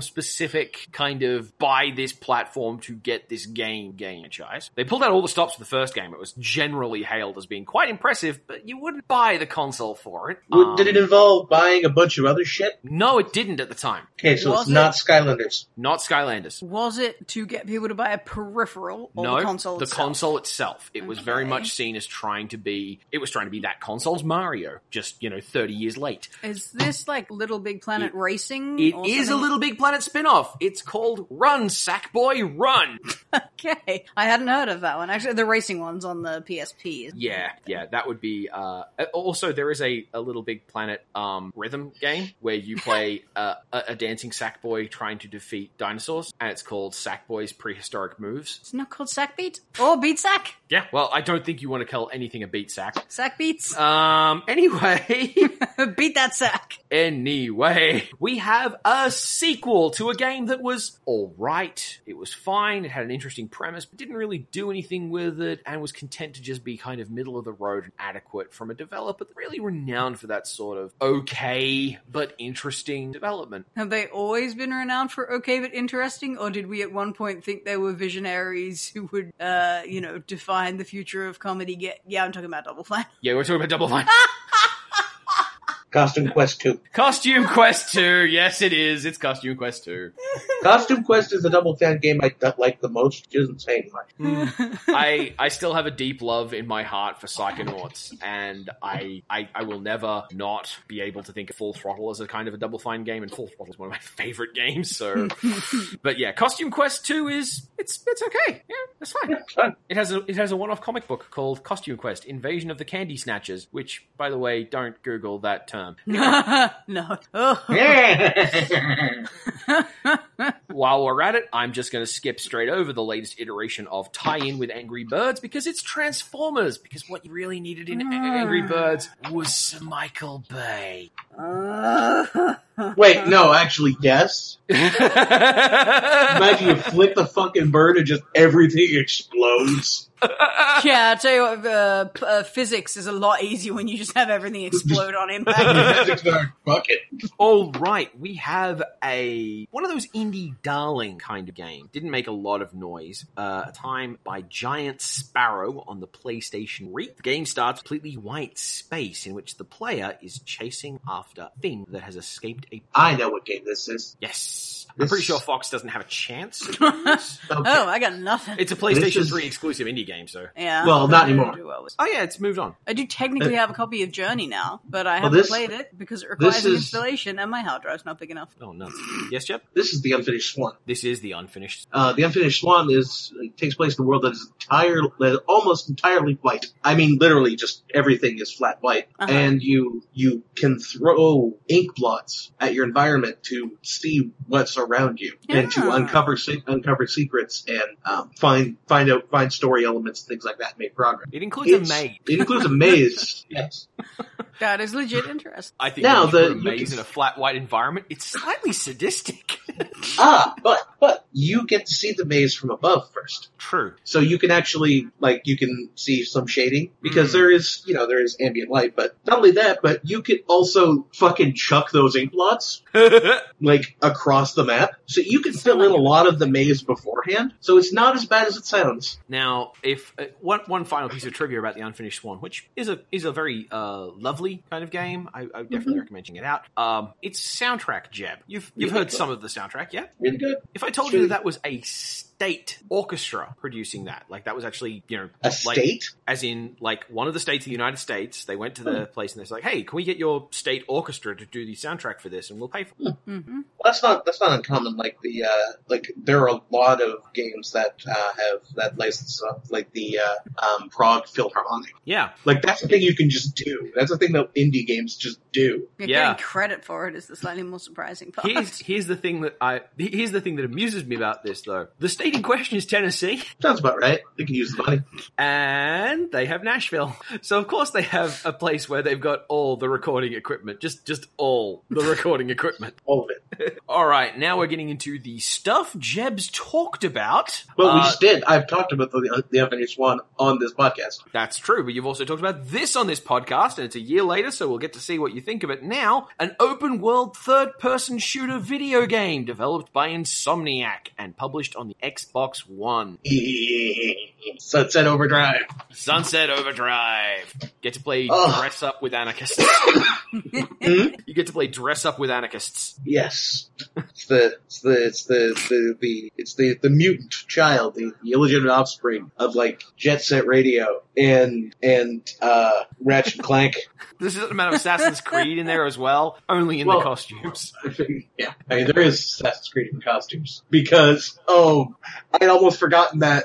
[SPEAKER 1] platform-specific kind of buy this platform to get this game game franchise. They pulled out all the stops for the first game. It was generally hailed as being quite impressive, but you wouldn't buy the console for it.
[SPEAKER 3] Would- Did
[SPEAKER 1] Um,
[SPEAKER 3] it involve buying a bunch of other shit?
[SPEAKER 1] no, it didn't at the time.
[SPEAKER 3] Okay, so
[SPEAKER 2] Was
[SPEAKER 3] it's
[SPEAKER 2] it?
[SPEAKER 3] not Skylanders.
[SPEAKER 1] Not Skylanders.
[SPEAKER 2] Was it to get people to buy a peripheral or
[SPEAKER 1] no,
[SPEAKER 2] the console?
[SPEAKER 1] the
[SPEAKER 2] itself?
[SPEAKER 1] console itself. It was very
[SPEAKER 2] Okay.
[SPEAKER 1] much seen as trying to be. It was trying to be that console's Mario, just you know, thirty years late.
[SPEAKER 2] Is this like Little Big Planet Racing thing?
[SPEAKER 1] It
[SPEAKER 2] or
[SPEAKER 1] is a
[SPEAKER 2] something?
[SPEAKER 1] Little Big Planet spin-off. It's called Run, Sackboy, Run.
[SPEAKER 2] Okay, I hadn't heard of that one. Actually, the racing one's on the PSP.
[SPEAKER 1] Yeah, yeah, that would be. Uh, also, there is a, a little big planet um, rhythm game where you play uh, a, a dancing Sackboy trying to defeat dinosaurs, and it's called Sackboy's Prehistoric Moves.
[SPEAKER 2] It's not called Sack Beat or Beat Sack.
[SPEAKER 1] Yeah, well, I don't think you want to call anything a beat sack.
[SPEAKER 2] Sack Beats.
[SPEAKER 1] Um, anyway,
[SPEAKER 2] beat that sack.
[SPEAKER 1] anyway, we have a sequel to a game that was alright. It was fine, it had an interesting premise, but didn't really do anything with it, and was content to just be kind of middle of the road and adequate from a developer that really renowned for that sort of okay but interesting development.
[SPEAKER 2] Have they always been renowned for okay but interesting, or did we at one point think they were visionaries who would, uh, you know, define the future of comedy? Get yeah, I'm talking about Double Fine.
[SPEAKER 1] Yeah, we're talking about Double Fine.
[SPEAKER 3] Costume Quest 2.
[SPEAKER 1] Costume Quest 2. Yes, it is. It's Costume Quest 2.
[SPEAKER 3] Costume Quest is the double fan game I d- like the most. It isn't saying much.
[SPEAKER 1] I I still have a deep love in my heart for Psychonauts, and I, I I will never not be able to think of Full Throttle as a kind of a Double Fine game, and Full Throttle is one of my favorite games. So, but yeah, Costume Quest Two is it's it's okay, yeah, that's fine.
[SPEAKER 3] fun.
[SPEAKER 1] It has a it has a one off comic book called Costume Quest: Invasion of the Candy Snatchers, which by the way, don't Google that term.
[SPEAKER 2] no. Oh.
[SPEAKER 1] While we're at it, I'm just going to skip straight over the latest iteration of tie-in with Angry Birds because it's Transformers. Because what you really needed in A- Angry Birds was Sir Michael Bay.
[SPEAKER 2] Oh.
[SPEAKER 3] Wait, no, actually, yes. Imagine
[SPEAKER 1] Imagine
[SPEAKER 3] you flip the fucking bird and just everything explodes.
[SPEAKER 2] yeah, I tell you what, uh, p- uh, physics is a lot easier when you just have everything explode on impact.
[SPEAKER 3] Bucket.
[SPEAKER 1] All right, we have a one of those indie darling kind of game. Didn't make a lot of noise. Uh, a time by Giant Sparrow on the PlayStation 3. The game starts completely white space in which the player is chasing after a thing that has escaped a
[SPEAKER 3] I know what game this is.
[SPEAKER 1] Yes. I'm
[SPEAKER 3] This-
[SPEAKER 1] pretty sure Fox doesn't have a chance.
[SPEAKER 3] Okay.
[SPEAKER 2] oh, I got nothing.
[SPEAKER 1] it's a
[SPEAKER 3] This
[SPEAKER 1] PlayStation
[SPEAKER 3] is-
[SPEAKER 1] 3 exclusive indie game, so.
[SPEAKER 2] yeah.
[SPEAKER 3] Well, not
[SPEAKER 2] I don't
[SPEAKER 3] anymore. Uh,
[SPEAKER 2] do well with-
[SPEAKER 1] Oh, yeah, it's moved on.
[SPEAKER 2] I do technically have a copy of Journey now, but I haven't
[SPEAKER 3] this-
[SPEAKER 2] played it because it requires an
[SPEAKER 3] is-
[SPEAKER 2] installation and my hard drive's not big enough.
[SPEAKER 1] Oh, no. Yes, Jeb?
[SPEAKER 3] This is the unfinished swan.
[SPEAKER 1] This is the unfinished.
[SPEAKER 3] Uh, the unfinished swan is uh, takes place in a world that is entire, that is almost entirely white. I mean, literally, just everything is flat white,
[SPEAKER 2] Uh-huh.
[SPEAKER 3] and you you can throw ink blots at your environment to see what's around you and to
[SPEAKER 2] Yeah.
[SPEAKER 3] uncover se- uncover secrets and um, find find out find story elements things like that. Make progress.
[SPEAKER 1] It includes
[SPEAKER 3] It's-
[SPEAKER 1] a maid.
[SPEAKER 3] It includes a maze. yes.
[SPEAKER 2] That is legit interesting.
[SPEAKER 1] I think
[SPEAKER 3] Now
[SPEAKER 1] now the
[SPEAKER 3] the- you
[SPEAKER 1] maze
[SPEAKER 3] can-
[SPEAKER 1] in a flat white environment, it's slightly sadistic.
[SPEAKER 3] Ah, but but you get to see the maze from above first.
[SPEAKER 1] True.
[SPEAKER 3] So you can actually, like, you can see some shading because
[SPEAKER 1] Mm.
[SPEAKER 3] there is, you know, there is ambient light, but not only that, but you can also fucking chuck those ink blots, like, across the map. So you can fill in a lot of the maze beforehand. So it's not as bad as it sounds.
[SPEAKER 1] now, if uh, one one final piece of trivia about the unfinished swan, which is a is a very uh, lovely kind of game, I, I would definitely recommend checking it out. Um, it's soundtrack, Jeb. You've you've
[SPEAKER 3] Mm-hmm. Yeah.
[SPEAKER 1] heard some of the soundtrack, yeah?
[SPEAKER 3] Really good.
[SPEAKER 1] If I told
[SPEAKER 3] Sure.
[SPEAKER 1] you that, that was a state orchestra producing that, like that was actually, you know,
[SPEAKER 3] A
[SPEAKER 1] like,
[SPEAKER 3] state?
[SPEAKER 1] as in like one of the states of the United States, they went to
[SPEAKER 3] Hmm.
[SPEAKER 1] the place and they're like, "Hey, can we get your state orchestra to do the soundtrack for this, and we'll pay for it?"
[SPEAKER 2] hmm
[SPEAKER 3] Well, that's not, that's not uncommon. Like the, uh, like, there are a lot of games that, uh, have that license up, like the, uh, um, Prague Philharmonic.
[SPEAKER 1] Yeah,
[SPEAKER 3] Like, that's a thing you can just do. That's a thing that indie games just do.
[SPEAKER 2] You're
[SPEAKER 1] Yeah.
[SPEAKER 2] getting credit for it is the slightly more surprising part.
[SPEAKER 1] here's here's the thing that I here's the thing that amuses me about this though. The state in question is Tennessee,
[SPEAKER 3] Sounds about right. They can use the money.
[SPEAKER 1] and they have Nashville, so of course they have a place where they've got all the recording equipment, just just all the recording equipment.
[SPEAKER 3] All of it.
[SPEAKER 1] All right, now we're getting into the stuff Jeb's talked about.
[SPEAKER 3] Well, we
[SPEAKER 1] Uh,
[SPEAKER 3] just did. I've talked about the, the unfinished one on this podcast.
[SPEAKER 1] That's true, but you've also talked about this on this podcast, and it's a year later, so we'll get to see what you think of it now. An open world third person shooter video game developed by Insomniac and published on the Xbox One.
[SPEAKER 3] Sunset Overdrive.
[SPEAKER 1] Sunset Overdrive. Get to play
[SPEAKER 3] Ugh.
[SPEAKER 1] dress up with anarchists. Hmm? You get to play dress up with anarchists.
[SPEAKER 3] Yes, it's the it's the it's the the, the it's the the mutant child, the, the illegitimate offspring of like Jet Set Radio and and uh, Ratchet and Clank.
[SPEAKER 1] There's an amount of Assassin's Creed in there as well, only in
[SPEAKER 3] Well-
[SPEAKER 1] the costumes.
[SPEAKER 3] yeah, I mean there is Assassin's Creed in costumes because oh, I had almost forgotten that.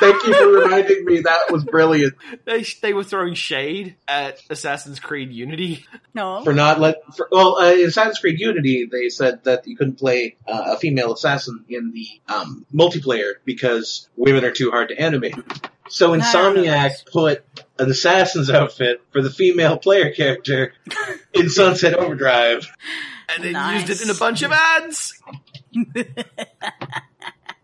[SPEAKER 3] Thank you for reminding me. That was brilliant
[SPEAKER 1] They they were throwing shade at Assassin's Creed Unity.
[SPEAKER 2] No.
[SPEAKER 3] for not let. For, well, uh, in Assassin's Creed Unity, they said that you couldn't play uh, a female assassin in the um, multiplayer because women are too hard to animate. So
[SPEAKER 2] No, no, no,
[SPEAKER 3] Insomniac put an assassin's outfit for the female player character in Sunset Overdrive.
[SPEAKER 1] and they used
[SPEAKER 2] Nice.
[SPEAKER 1] it in a bunch of ads.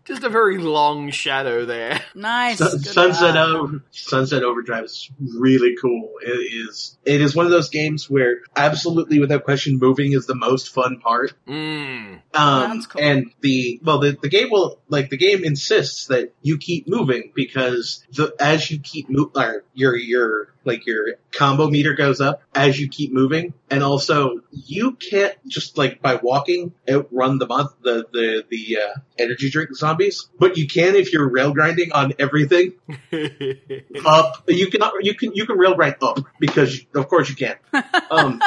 [SPEAKER 1] Just a very long shadow there.
[SPEAKER 2] Nice.
[SPEAKER 3] Sun-
[SPEAKER 2] Good
[SPEAKER 3] Sunset
[SPEAKER 2] God.
[SPEAKER 3] Over, Sunset Overdrive is really cool. It is it is one of those games where absolutely without question moving is the most fun part.
[SPEAKER 1] Mm.
[SPEAKER 3] Um,
[SPEAKER 2] Sounds cool.
[SPEAKER 3] and the well the, the game will like the game insists that you keep moving because the as you keep move or your your like your combo meter goes up as you keep moving and also you can't just like by walking outrun the month the the the uh, energy drink zombies but you can if you're rail grinding on everything up. You can you can you can rail grind up because of course you can. Um,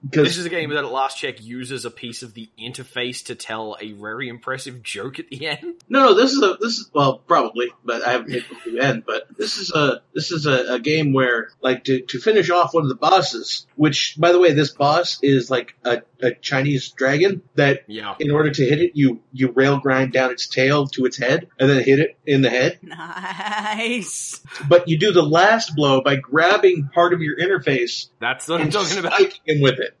[SPEAKER 1] this
[SPEAKER 3] because
[SPEAKER 1] is a game that at last check uses a piece of the interface to tell a very impressive joke at the end.
[SPEAKER 3] no, no, this is a this is well probably, but I haven't hit the end. But this is a this is a, a game where like to, to finish off one of the bosses, which by the way, this boss is like a, a Chinese dragon that.
[SPEAKER 1] Yeah.
[SPEAKER 3] In order to hit it, you you rail grind down its tail to its head, and then hit it in the head.
[SPEAKER 2] Nice.
[SPEAKER 3] But you do the last blow by grabbing part of your interface
[SPEAKER 1] That's what I'm
[SPEAKER 3] and
[SPEAKER 1] talking about.
[SPEAKER 3] striking him with it.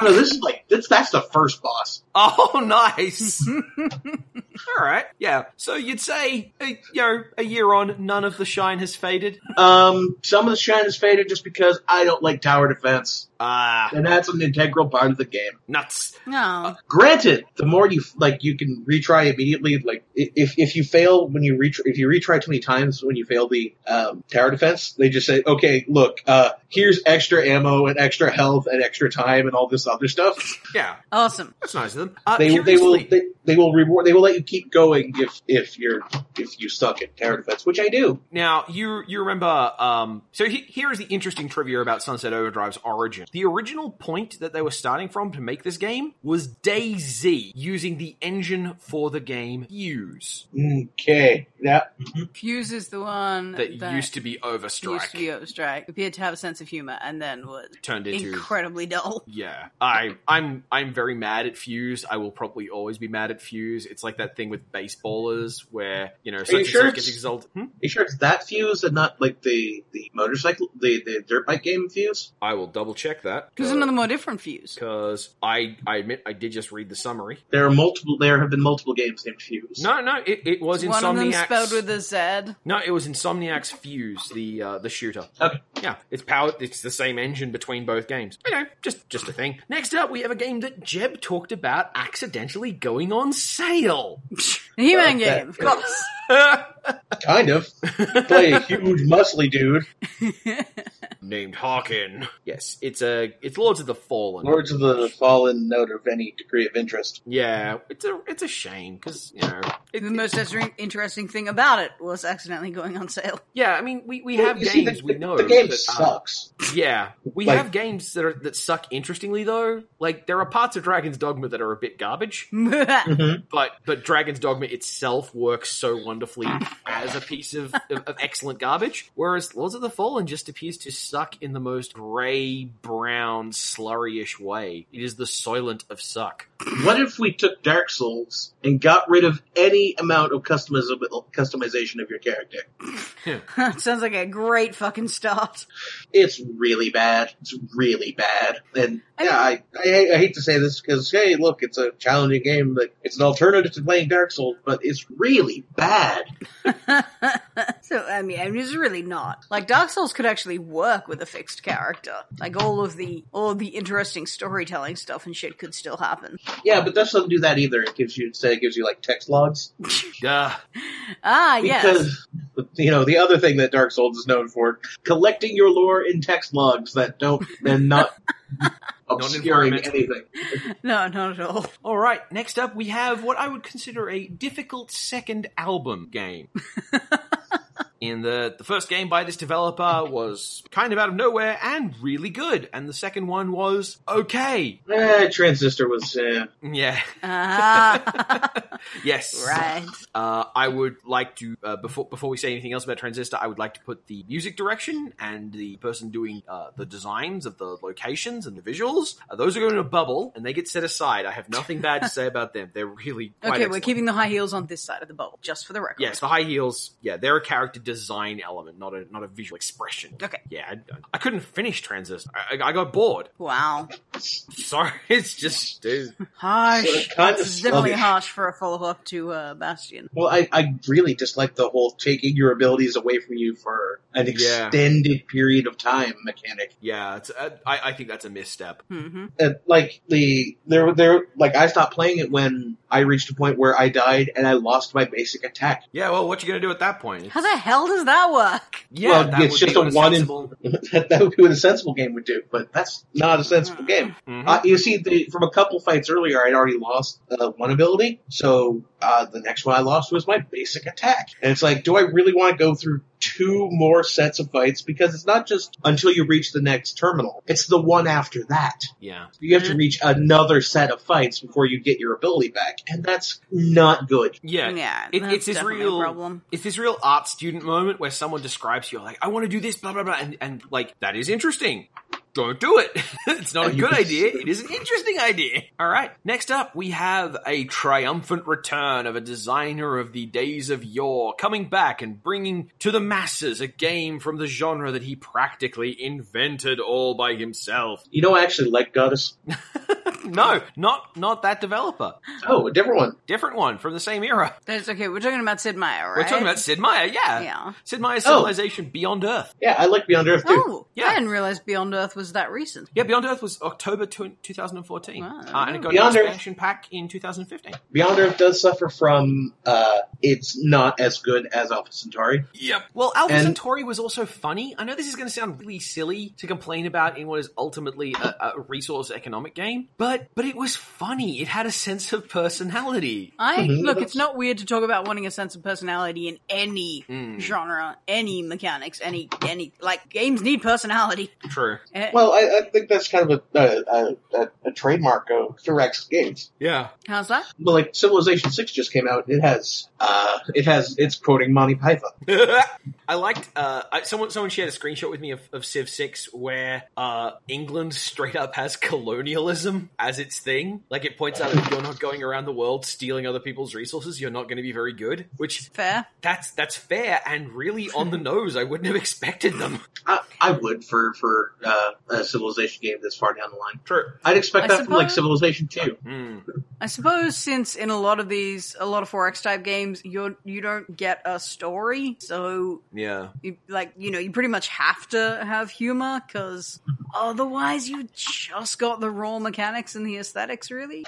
[SPEAKER 3] No, no, this is like this, that's the first boss.
[SPEAKER 1] Oh, nice. All right. Yeah. So you'd say, uh, you know, a year on, none of the shine has faded.
[SPEAKER 3] Um, some of the shine is faded just because I don't like tower defense,
[SPEAKER 1] Ah,
[SPEAKER 3] and that's an integral part of the game.
[SPEAKER 1] nuts.
[SPEAKER 2] No.
[SPEAKER 3] Granted, the more you like, you can retry immediately. Like i- if if you fail when you retry, if you retry too many times when you fail the um, tower defense, they just say, "Okay, look, uh, here's extra ammo and extra health and extra time and all this other stuff."
[SPEAKER 1] Yeah.
[SPEAKER 2] Awesome.
[SPEAKER 1] That's nice of them. Uh,
[SPEAKER 3] They they will
[SPEAKER 1] curiously-
[SPEAKER 3] they, they will reward they will let you keep going if if you're if you suck at tower defense, which I do.
[SPEAKER 1] Now you you remember? Um, so he, here is the interesting trivia about Sunset Overdrive's origin. The original point that they were starting from to make this game was DayZ, using the engine for the game Fuse
[SPEAKER 3] Okay, yeah,
[SPEAKER 2] Fuse is the one
[SPEAKER 1] that, used to be Overstrike,
[SPEAKER 2] used to be Overstrike. Appeared to have a sense of humor and then was
[SPEAKER 1] turned into
[SPEAKER 2] incredibly dull.
[SPEAKER 1] Yeah, I I'm I'm very mad at Fuse. I will probably always be mad at Fuse. It's like that thing with baseballers where you know such
[SPEAKER 3] you
[SPEAKER 1] and
[SPEAKER 3] sure
[SPEAKER 1] such
[SPEAKER 3] it's-
[SPEAKER 1] gets exalted. Hmm?
[SPEAKER 3] Are you sure it's that fuse and not like the the motorcycle the the dirt bike game fuse?
[SPEAKER 1] I will double check that
[SPEAKER 2] There's another more different Fuse.
[SPEAKER 1] because I I admit I did just read the summary.
[SPEAKER 3] There are multiple. There have been multiple games named Fuse.
[SPEAKER 1] No, no, it, it was
[SPEAKER 2] one of them
[SPEAKER 1] Insomniac's.
[SPEAKER 2] spelled with a Z.
[SPEAKER 1] No, it was Insomniac's Fuse, the uh, the shooter.
[SPEAKER 3] Okay.
[SPEAKER 1] Yeah, it's powered. It's the same engine between both games. You know, just just a thing. Next up, we have a game that Jeb talked about accidentally going on sale.
[SPEAKER 2] The He-Man
[SPEAKER 3] Well,
[SPEAKER 2] game, of
[SPEAKER 3] that-
[SPEAKER 2] course.
[SPEAKER 3] kind of. Play a huge muscly dude.
[SPEAKER 1] Named Harkin. Yes, it's a it's Lords of the Fallen.
[SPEAKER 3] Lords of the Fallen note of any degree of interest.
[SPEAKER 1] yeah, it's a it's a shame because you know. It,
[SPEAKER 2] the most interesting- interesting thing about it was accidentally going on sale.
[SPEAKER 1] yeah, I mean, we, we
[SPEAKER 3] Well,
[SPEAKER 1] have
[SPEAKER 3] you
[SPEAKER 1] games
[SPEAKER 3] see, the,
[SPEAKER 1] we
[SPEAKER 3] the-
[SPEAKER 1] know
[SPEAKER 3] the game
[SPEAKER 1] that, uh,
[SPEAKER 3] sucks.
[SPEAKER 1] Yeah, we
[SPEAKER 3] Like-
[SPEAKER 1] have games that are that suck. Interestingly, though, like there are parts of Dragon's Dogma that are a bit garbage,
[SPEAKER 3] Mhm.
[SPEAKER 1] but but Dragon's Dogma itself works so wonderfully as a piece of, of, of excellent garbage. Whereas Lords of the Fallen just appears to suck in the most grey, brown, slurryish way. It is the Soylent of suck.
[SPEAKER 3] What if we took Dark Souls and got rid of any amount of customiz- customization of your character?
[SPEAKER 2] Sounds like a great fucking start.
[SPEAKER 3] It's really bad. It's really bad. And
[SPEAKER 2] I
[SPEAKER 3] yeah, I, I, I hate to say this because hey, look, it's a challenging game, but it's an alternative to playing Dark Souls, but it's really bad.
[SPEAKER 2] so I mean, and it's really not like Dark Souls could actually work with a fixed character. Like all of the all of the interesting storytelling stuff and shit could still happen.
[SPEAKER 3] Yeah, but Dust doesn't do that either. It gives you say it gives you like text logs
[SPEAKER 1] Duh.
[SPEAKER 2] Ah, yes.
[SPEAKER 3] because you know the other thing that Dark Souls is known for collecting your lore in text logs that don't and not obscuring
[SPEAKER 1] informative.
[SPEAKER 3] anything.
[SPEAKER 2] No, not at all.
[SPEAKER 1] All right, next up we have what I would consider a difficult second album game. In the the first game by this developer was kind of out of nowhere and really good, and the second one was okay.
[SPEAKER 3] Eh, Transistor was eh,
[SPEAKER 1] Yeah,
[SPEAKER 2] Ah,
[SPEAKER 1] yes,
[SPEAKER 2] right.
[SPEAKER 1] Uh, I would like to uh, before before we say anything else about Transistor, I would like to put the music direction and the person doing uh, the designs of the locations and the visuals. Uh, those are going in a bubble, and they get set aside. I have nothing bad to say about them. They're really quite
[SPEAKER 2] Okay, we're
[SPEAKER 1] excellent.
[SPEAKER 2] keeping the high heels on this side of the bubble, just for the record.
[SPEAKER 1] Yes, the high heels. Yeah, they're a character design element, not a not a visual expression.
[SPEAKER 2] Okay.
[SPEAKER 1] Yeah, I, I couldn't finish Transistor. I, I got bored.
[SPEAKER 2] Wow.
[SPEAKER 1] Sorry, it's just dude.
[SPEAKER 2] Harsh.
[SPEAKER 3] Sort of kind of
[SPEAKER 2] This is definitely
[SPEAKER 3] sluggish.
[SPEAKER 2] harsh for a follow up to uh, Bastion.
[SPEAKER 3] Well, I, I really dislike the whole taking your abilities away from you for an
[SPEAKER 1] Yeah.
[SPEAKER 3] extended period of time mechanic.
[SPEAKER 1] Yeah, it's, uh, I I think that's a misstep.
[SPEAKER 2] hmm
[SPEAKER 3] And, like the there there like I stopped playing it when I reached a point where I died and I lost my basic attack.
[SPEAKER 1] Yeah, well, what you gonna do at that point?
[SPEAKER 2] How the hell does that work?
[SPEAKER 1] yeah,
[SPEAKER 3] Well,
[SPEAKER 1] that
[SPEAKER 3] it's
[SPEAKER 1] would
[SPEAKER 3] just
[SPEAKER 1] be
[SPEAKER 3] a
[SPEAKER 1] what
[SPEAKER 3] one in-
[SPEAKER 1] sensible-
[SPEAKER 3] that, that would be what a sensible game would do, but that's not a sensible game.
[SPEAKER 1] Mhm.
[SPEAKER 3] Uh, you see, the, from a couple fights earlier, I'd already lost uh, one ability, so uh, the next one I lost was my basic attack. And it's like, do I really want to go through two more sets of fights? Because it's not just until you reach the next terminal; it's the one after that.
[SPEAKER 1] yeah,
[SPEAKER 3] You have to reach another set of fights before you get your ability back, and that's not good.
[SPEAKER 1] yeah,
[SPEAKER 2] Yeah,
[SPEAKER 1] It-
[SPEAKER 2] that's
[SPEAKER 1] it's this
[SPEAKER 2] definitely
[SPEAKER 1] real
[SPEAKER 2] a problem.
[SPEAKER 1] It's this real art student moment where someone describes you like, I want to do this, blah blah blah, and, and like that is interesting. Don't do it. it's not a
[SPEAKER 3] And you
[SPEAKER 1] good
[SPEAKER 3] can-
[SPEAKER 1] idea. It is an interesting idea. All right. Next up, we have a triumphant return of a designer of the days of yore coming back and bringing to the masses a game from the genre that he practically invented all by himself.
[SPEAKER 3] You know, I actually like Goddess.
[SPEAKER 1] No, not not that developer.
[SPEAKER 3] Oh, a different one.
[SPEAKER 1] Different one from the same era.
[SPEAKER 2] That's okay. We're talking about Sid Meier, right?
[SPEAKER 1] We're talking about Sid Meier. Yeah.
[SPEAKER 2] Yeah.
[SPEAKER 1] Sid Meier's
[SPEAKER 3] Oh.
[SPEAKER 1] Civilization Beyond Earth.
[SPEAKER 3] Yeah, I like Beyond Earth too.
[SPEAKER 2] Oh,
[SPEAKER 1] Yeah.
[SPEAKER 2] I didn't realize Beyond Earth was that recent.
[SPEAKER 1] Yeah, Beyond Earth was October tw- 2014.
[SPEAKER 2] Wow.
[SPEAKER 1] Uh, and it got
[SPEAKER 3] Beyond
[SPEAKER 1] an
[SPEAKER 3] Earth-
[SPEAKER 1] expansion pack in 2015.
[SPEAKER 3] Beyond Earth does suffer from uh, it's not as good as Alpha Centauri.
[SPEAKER 1] Yep. Well, Alpha
[SPEAKER 3] And-
[SPEAKER 1] Centauri was also funny. I know this is going to sound really silly to complain about in what is ultimately a, a resource economic game, but but it was funny. It had a sense of personality.
[SPEAKER 2] I
[SPEAKER 3] Mhm.
[SPEAKER 2] look, it's not weird to talk about wanting a sense of personality in any
[SPEAKER 1] Mm.
[SPEAKER 2] genre, any mechanics, any any like games need personality.
[SPEAKER 1] True.
[SPEAKER 2] Eh,
[SPEAKER 3] Well, I, I think that's kind of a, a, a, a trademark of Firax Games.
[SPEAKER 1] Yeah.
[SPEAKER 2] how's that?
[SPEAKER 3] Well, like Civilization Six just came out. It has uh, it has it's quoting Monty Python.
[SPEAKER 1] I liked uh, I, someone. Someone shared a screenshot with me of, of Civ Six where uh, England straight up has colonialism as its thing. Like it points out that if you're not going around the world stealing other people's resources, you're not going to be very good. Which
[SPEAKER 2] Fair.
[SPEAKER 1] that's that's fair and really on the nose. I wouldn't have expected them.
[SPEAKER 3] I, I would for for uh, a Civilization game this far down the line.
[SPEAKER 1] True.
[SPEAKER 3] I'd expect
[SPEAKER 2] I
[SPEAKER 3] that from like
[SPEAKER 2] suppose-
[SPEAKER 3] Civilization Two.
[SPEAKER 1] Hmm.
[SPEAKER 2] I suppose since in a lot of these, a lot of 4X type games, you're you don't get a story, so
[SPEAKER 1] yeah.
[SPEAKER 2] you, like you know you pretty much have to have humor because otherwise you just got the raw mechanics and the aesthetics. Really,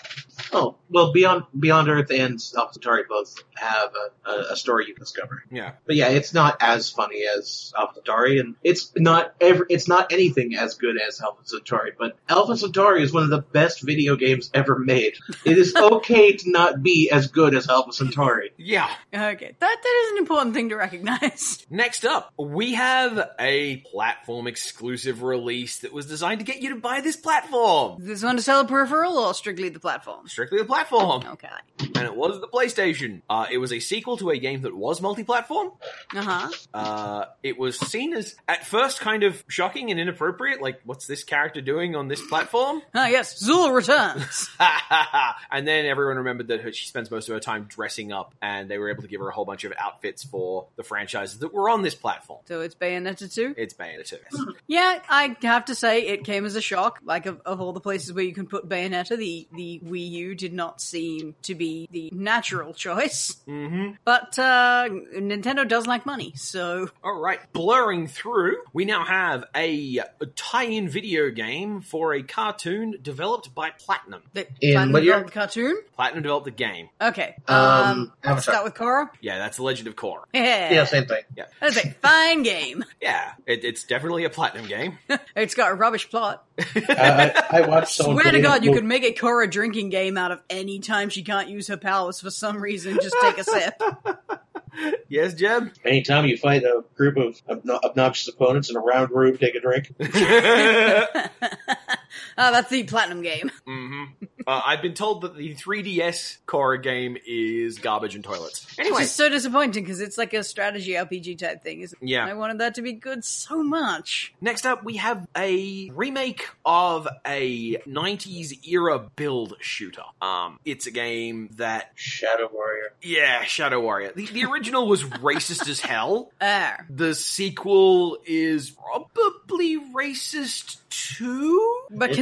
[SPEAKER 3] Oh well, Beyond Beyond Earth and Alpha Centauri both have a, a, a story you can discover.
[SPEAKER 1] Yeah.
[SPEAKER 3] But yeah, it's not as funny as Alpha Centauri, and it's not ever, it's not anything as good as Alpha Centauri. But Alpha Centauri is one of the best video games ever made. It is okay to not be as good as Alpha Centauri.
[SPEAKER 1] Yeah.
[SPEAKER 2] okay, that that is an important thing to recognize.
[SPEAKER 1] Next up, we have a platform exclusive release that was designed to get you to buy this platform.
[SPEAKER 2] This one to sell a peripheral or strictly the platform?
[SPEAKER 1] Strictly the platform.
[SPEAKER 2] Okay.
[SPEAKER 1] and it was the PlayStation. Uh, it was a sequel to a game that was multi-platform.
[SPEAKER 2] Uh huh.
[SPEAKER 1] Uh, it was seen as at first kind of shocking and inappropriate. Like, what's this character doing on this platform?
[SPEAKER 2] Ah, yes, Zula returns.
[SPEAKER 1] and then everyone remembered that her, she spends most of her time dressing up, and they were able to give her a whole bunch of outfits for the franchises that were on this platform.
[SPEAKER 2] so it's Bayonetta 2?
[SPEAKER 1] It's Bayonetta.
[SPEAKER 2] Yeah, I have to say it came as a shock. Like, of, of all the places where you can put Bayonetta, the, the Wii U did not seem to be the the natural choice.
[SPEAKER 1] Mm-hmm.
[SPEAKER 2] But uh, Nintendo does like money, so
[SPEAKER 1] All right, blurring through, we now have a tie-in video game for a cartoon developed by Platinum.
[SPEAKER 2] the
[SPEAKER 3] In
[SPEAKER 2] Platinum
[SPEAKER 3] what year?
[SPEAKER 2] Gold cartoon.
[SPEAKER 1] Platinum developed the game.
[SPEAKER 2] Okay,
[SPEAKER 3] Um,
[SPEAKER 2] um,
[SPEAKER 3] Avatar.
[SPEAKER 2] start with Korra.
[SPEAKER 1] Yeah, that's the Legend of Korra.
[SPEAKER 2] Yeah,
[SPEAKER 3] Yeah, same thing.
[SPEAKER 2] that's a fine game.
[SPEAKER 1] Yeah, it, it's definitely a Platinum game.
[SPEAKER 2] It's got a rubbish plot.
[SPEAKER 3] I, I, I watched someone.
[SPEAKER 2] Swear to
[SPEAKER 3] put in a
[SPEAKER 2] God, you
[SPEAKER 3] quote-
[SPEAKER 2] could make a Korra drinking game out of any time she can't use her powers for some reason. Just take a sip. Oh,
[SPEAKER 1] yes, Jeb.
[SPEAKER 3] Anytime you fight a group of obno- obnoxious opponents in a round room, take a drink.
[SPEAKER 1] mm-hmm.
[SPEAKER 2] Ah, that's the platinum game.
[SPEAKER 1] uh, I've been told that the 3DS Korra game is garbage and toilets. Anyway,
[SPEAKER 2] It's just so disappointing because it's like a strategy RPG type thing. Isn't it?
[SPEAKER 1] Yeah.
[SPEAKER 2] I wanted that to be good so much.
[SPEAKER 1] Next up, we have a remake of a 90s era build shooter. Um, it's a game that,
[SPEAKER 3] Shadow Warrior.
[SPEAKER 1] yeah, Shadow Warrior. The, the original was racist as hell.
[SPEAKER 2] Ah,
[SPEAKER 1] The sequel is probably racist too,
[SPEAKER 2] but
[SPEAKER 3] It's-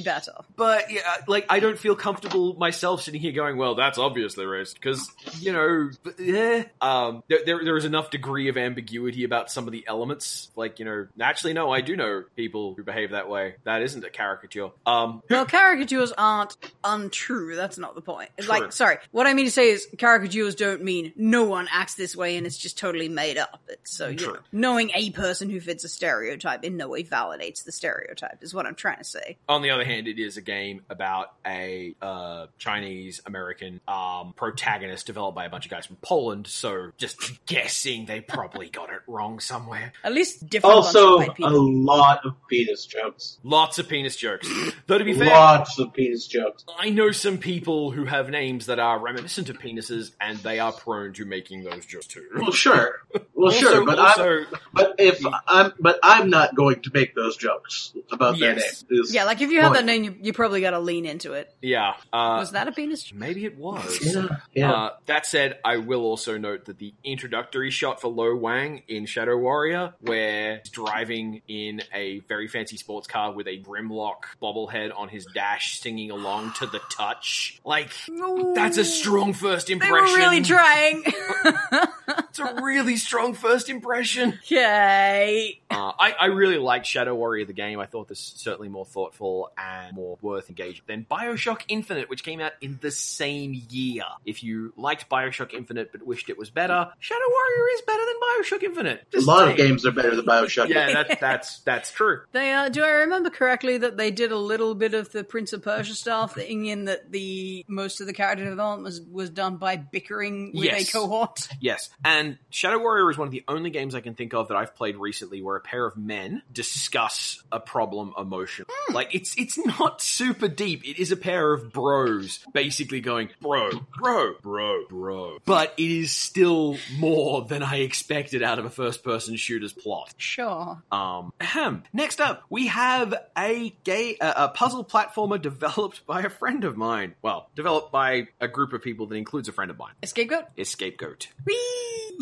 [SPEAKER 2] better.
[SPEAKER 1] but yeah, uh, like I don't feel comfortable myself sitting here going, "Well, that's obviously racist," because you know, but, eh. um, there, there there is enough degree of ambiguity about some of the elements. Like you know, actually, no, I do know people who behave that way. That isn't a caricature. Um,
[SPEAKER 2] Well, caricatures aren't untrue. That's not the point. It's
[SPEAKER 1] True.
[SPEAKER 2] Like, sorry, what I mean to say is caricatures don't mean no one acts this way and it's just totally made up. It's, so, you
[SPEAKER 1] True.
[SPEAKER 2] know, knowing a person who fits a stereotype in no way validates the stereotype is what I'm trying to say.
[SPEAKER 1] on the other hand, it is a game about a uh, Chinese American um, protagonist developed by a bunch of guys from Poland. So just guessing they probably got it wrong somewhere.
[SPEAKER 2] At least different bunch of
[SPEAKER 3] Also, a
[SPEAKER 2] white
[SPEAKER 1] uh,
[SPEAKER 2] people.
[SPEAKER 3] lot of penis jokes.
[SPEAKER 1] Lots of penis jokes. Though to be fair,
[SPEAKER 3] Lots of penis jokes.
[SPEAKER 1] I know some people who have names that are reminiscent of penises, and they are prone to making those jokes too.
[SPEAKER 3] Well, sure. Well,
[SPEAKER 1] Also-
[SPEAKER 3] sure, but I'm,
[SPEAKER 1] also,
[SPEAKER 3] but if I'm but I'm not going to make those jokes about
[SPEAKER 1] Yes.
[SPEAKER 3] their name. Is-
[SPEAKER 2] Yeah, like if you have
[SPEAKER 3] Right.
[SPEAKER 2] that name, you, you probably got to lean into it.
[SPEAKER 1] yeah, uh,
[SPEAKER 2] Was that a penis?
[SPEAKER 1] maybe it was.
[SPEAKER 3] yeah, yeah.
[SPEAKER 1] Uh, that said, I will also note that the introductory shot for Lo Wang in Shadow Warrior, where he's driving in a very fancy sports car with a Grimlock bobblehead on his dash, singing along to the touch, like that's a strong first
[SPEAKER 2] They
[SPEAKER 1] impression.
[SPEAKER 2] were really trying.
[SPEAKER 1] It's a really strong first impression.
[SPEAKER 2] Yay.
[SPEAKER 1] Uh, I, I really liked Shadow Warrior the game. I thought this was certainly more thoughtful and more worth engaging than Bioshock Infinite, which came out in the same year. If you liked Bioshock Infinite but wished it was better, Shadow Warrior is better than Bioshock Infinite.
[SPEAKER 3] a
[SPEAKER 1] Just
[SPEAKER 3] lot
[SPEAKER 1] saying.
[SPEAKER 3] of games are better than Bioshock.
[SPEAKER 1] Yeah, that, that's that's true.
[SPEAKER 2] They uh, do I remember correctly that they did a little bit of the Prince of Persia style thing in that the most of the character development was, was done by bickering with
[SPEAKER 1] Yes.
[SPEAKER 2] a cohort.
[SPEAKER 1] Yes. And Shadow Warrior is one of the only games I can think of that I've played recently where a pair of men discuss a problem emotionally. Like it's it's not super deep. It is a pair of bros basically going, "Bro, bro, bro, bro." But it is still more than I expected out of a first-person shooter's plot.
[SPEAKER 2] Sure.
[SPEAKER 1] Um, ahem. Next up, we have a gay uh, a puzzle platformer developed by a friend of mine. Well, developed by a group of people that includes a friend of mine.
[SPEAKER 2] Escape goat?
[SPEAKER 1] Is Scapegoat.
[SPEAKER 2] Whee!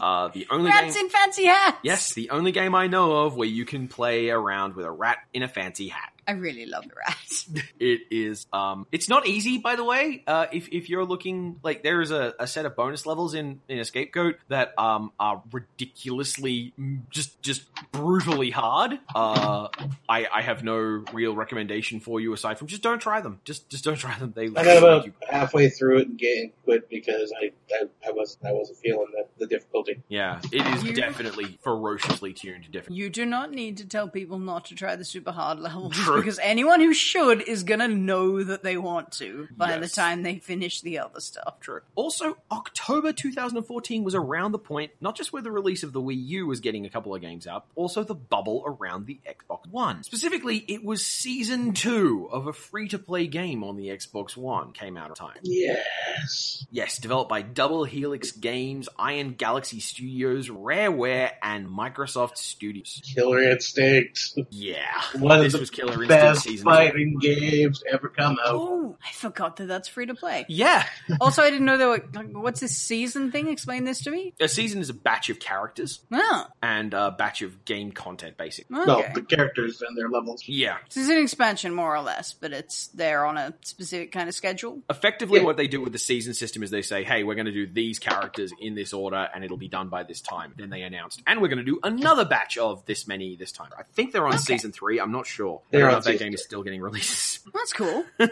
[SPEAKER 1] Uh, the only
[SPEAKER 2] Rats
[SPEAKER 1] game,
[SPEAKER 2] in fancy hats!
[SPEAKER 1] yes, the only game I know of where you can play around with a rat in a fancy hat.
[SPEAKER 2] I really love the rats.
[SPEAKER 1] It is, um, it's not easy, by the way. Uh, if if you're looking, like, there is a, a set of bonus levels in in a scapegoat that um are ridiculously mm, just just brutally hard. Uh, I I have no real recommendation for you aside from just don't try them. Just just don't try them. They
[SPEAKER 3] I got about halfway through it and getting quit because I, I, I wasn't I wasn't feeling the, the difficulty.
[SPEAKER 1] yeah, it is
[SPEAKER 2] You-
[SPEAKER 1] definitely ferociously tuned to different.
[SPEAKER 2] You do not need to tell people not to try the super hard levels
[SPEAKER 1] True.
[SPEAKER 2] because anyone who should is gonna know that they want to by
[SPEAKER 1] Yes.
[SPEAKER 2] the time they finish the other stuff.
[SPEAKER 1] True. Also, October 2014 was around the point, not just where the release of the Wii U was getting a couple of games out, also the bubble around the Xbox One. Specifically, it was season two of a free to play game on the Xbox One came out of time.
[SPEAKER 3] Yes.
[SPEAKER 1] Yes, developed by Double Helix Games, Iron Galaxy Studios, Rareware, and Microsoft Studios.
[SPEAKER 3] Killer Instinct.
[SPEAKER 1] Yeah.
[SPEAKER 3] One of
[SPEAKER 1] this
[SPEAKER 3] the
[SPEAKER 1] was Killer for instance,
[SPEAKER 3] best
[SPEAKER 1] season three.
[SPEAKER 3] fighting games to ever come out.
[SPEAKER 2] Oh, I forgot that that's free to play.
[SPEAKER 1] Yeah,
[SPEAKER 2] Also, I didn't know there were. Like, what's this season thing? Explain this to me.
[SPEAKER 1] a season is a batch of characters
[SPEAKER 2] Oh,
[SPEAKER 1] and a batch of game content, basically.
[SPEAKER 2] okay.
[SPEAKER 3] No, the characters and their levels.
[SPEAKER 1] Yeah.
[SPEAKER 2] So it's an expansion, more or less, but it's there on a specific kind of schedule.
[SPEAKER 1] Effectively,
[SPEAKER 3] Yeah.
[SPEAKER 1] what they do with the season system is they say, hey, we're going to do these characters in this order and it'll be done by this time. Then they announced, and we're going to do another batch of this many this time. I think they're on season three. I'm not sure. I
[SPEAKER 3] They're
[SPEAKER 1] don't
[SPEAKER 3] on
[SPEAKER 1] know if that
[SPEAKER 3] season
[SPEAKER 1] game is still getting released.
[SPEAKER 2] That's cool.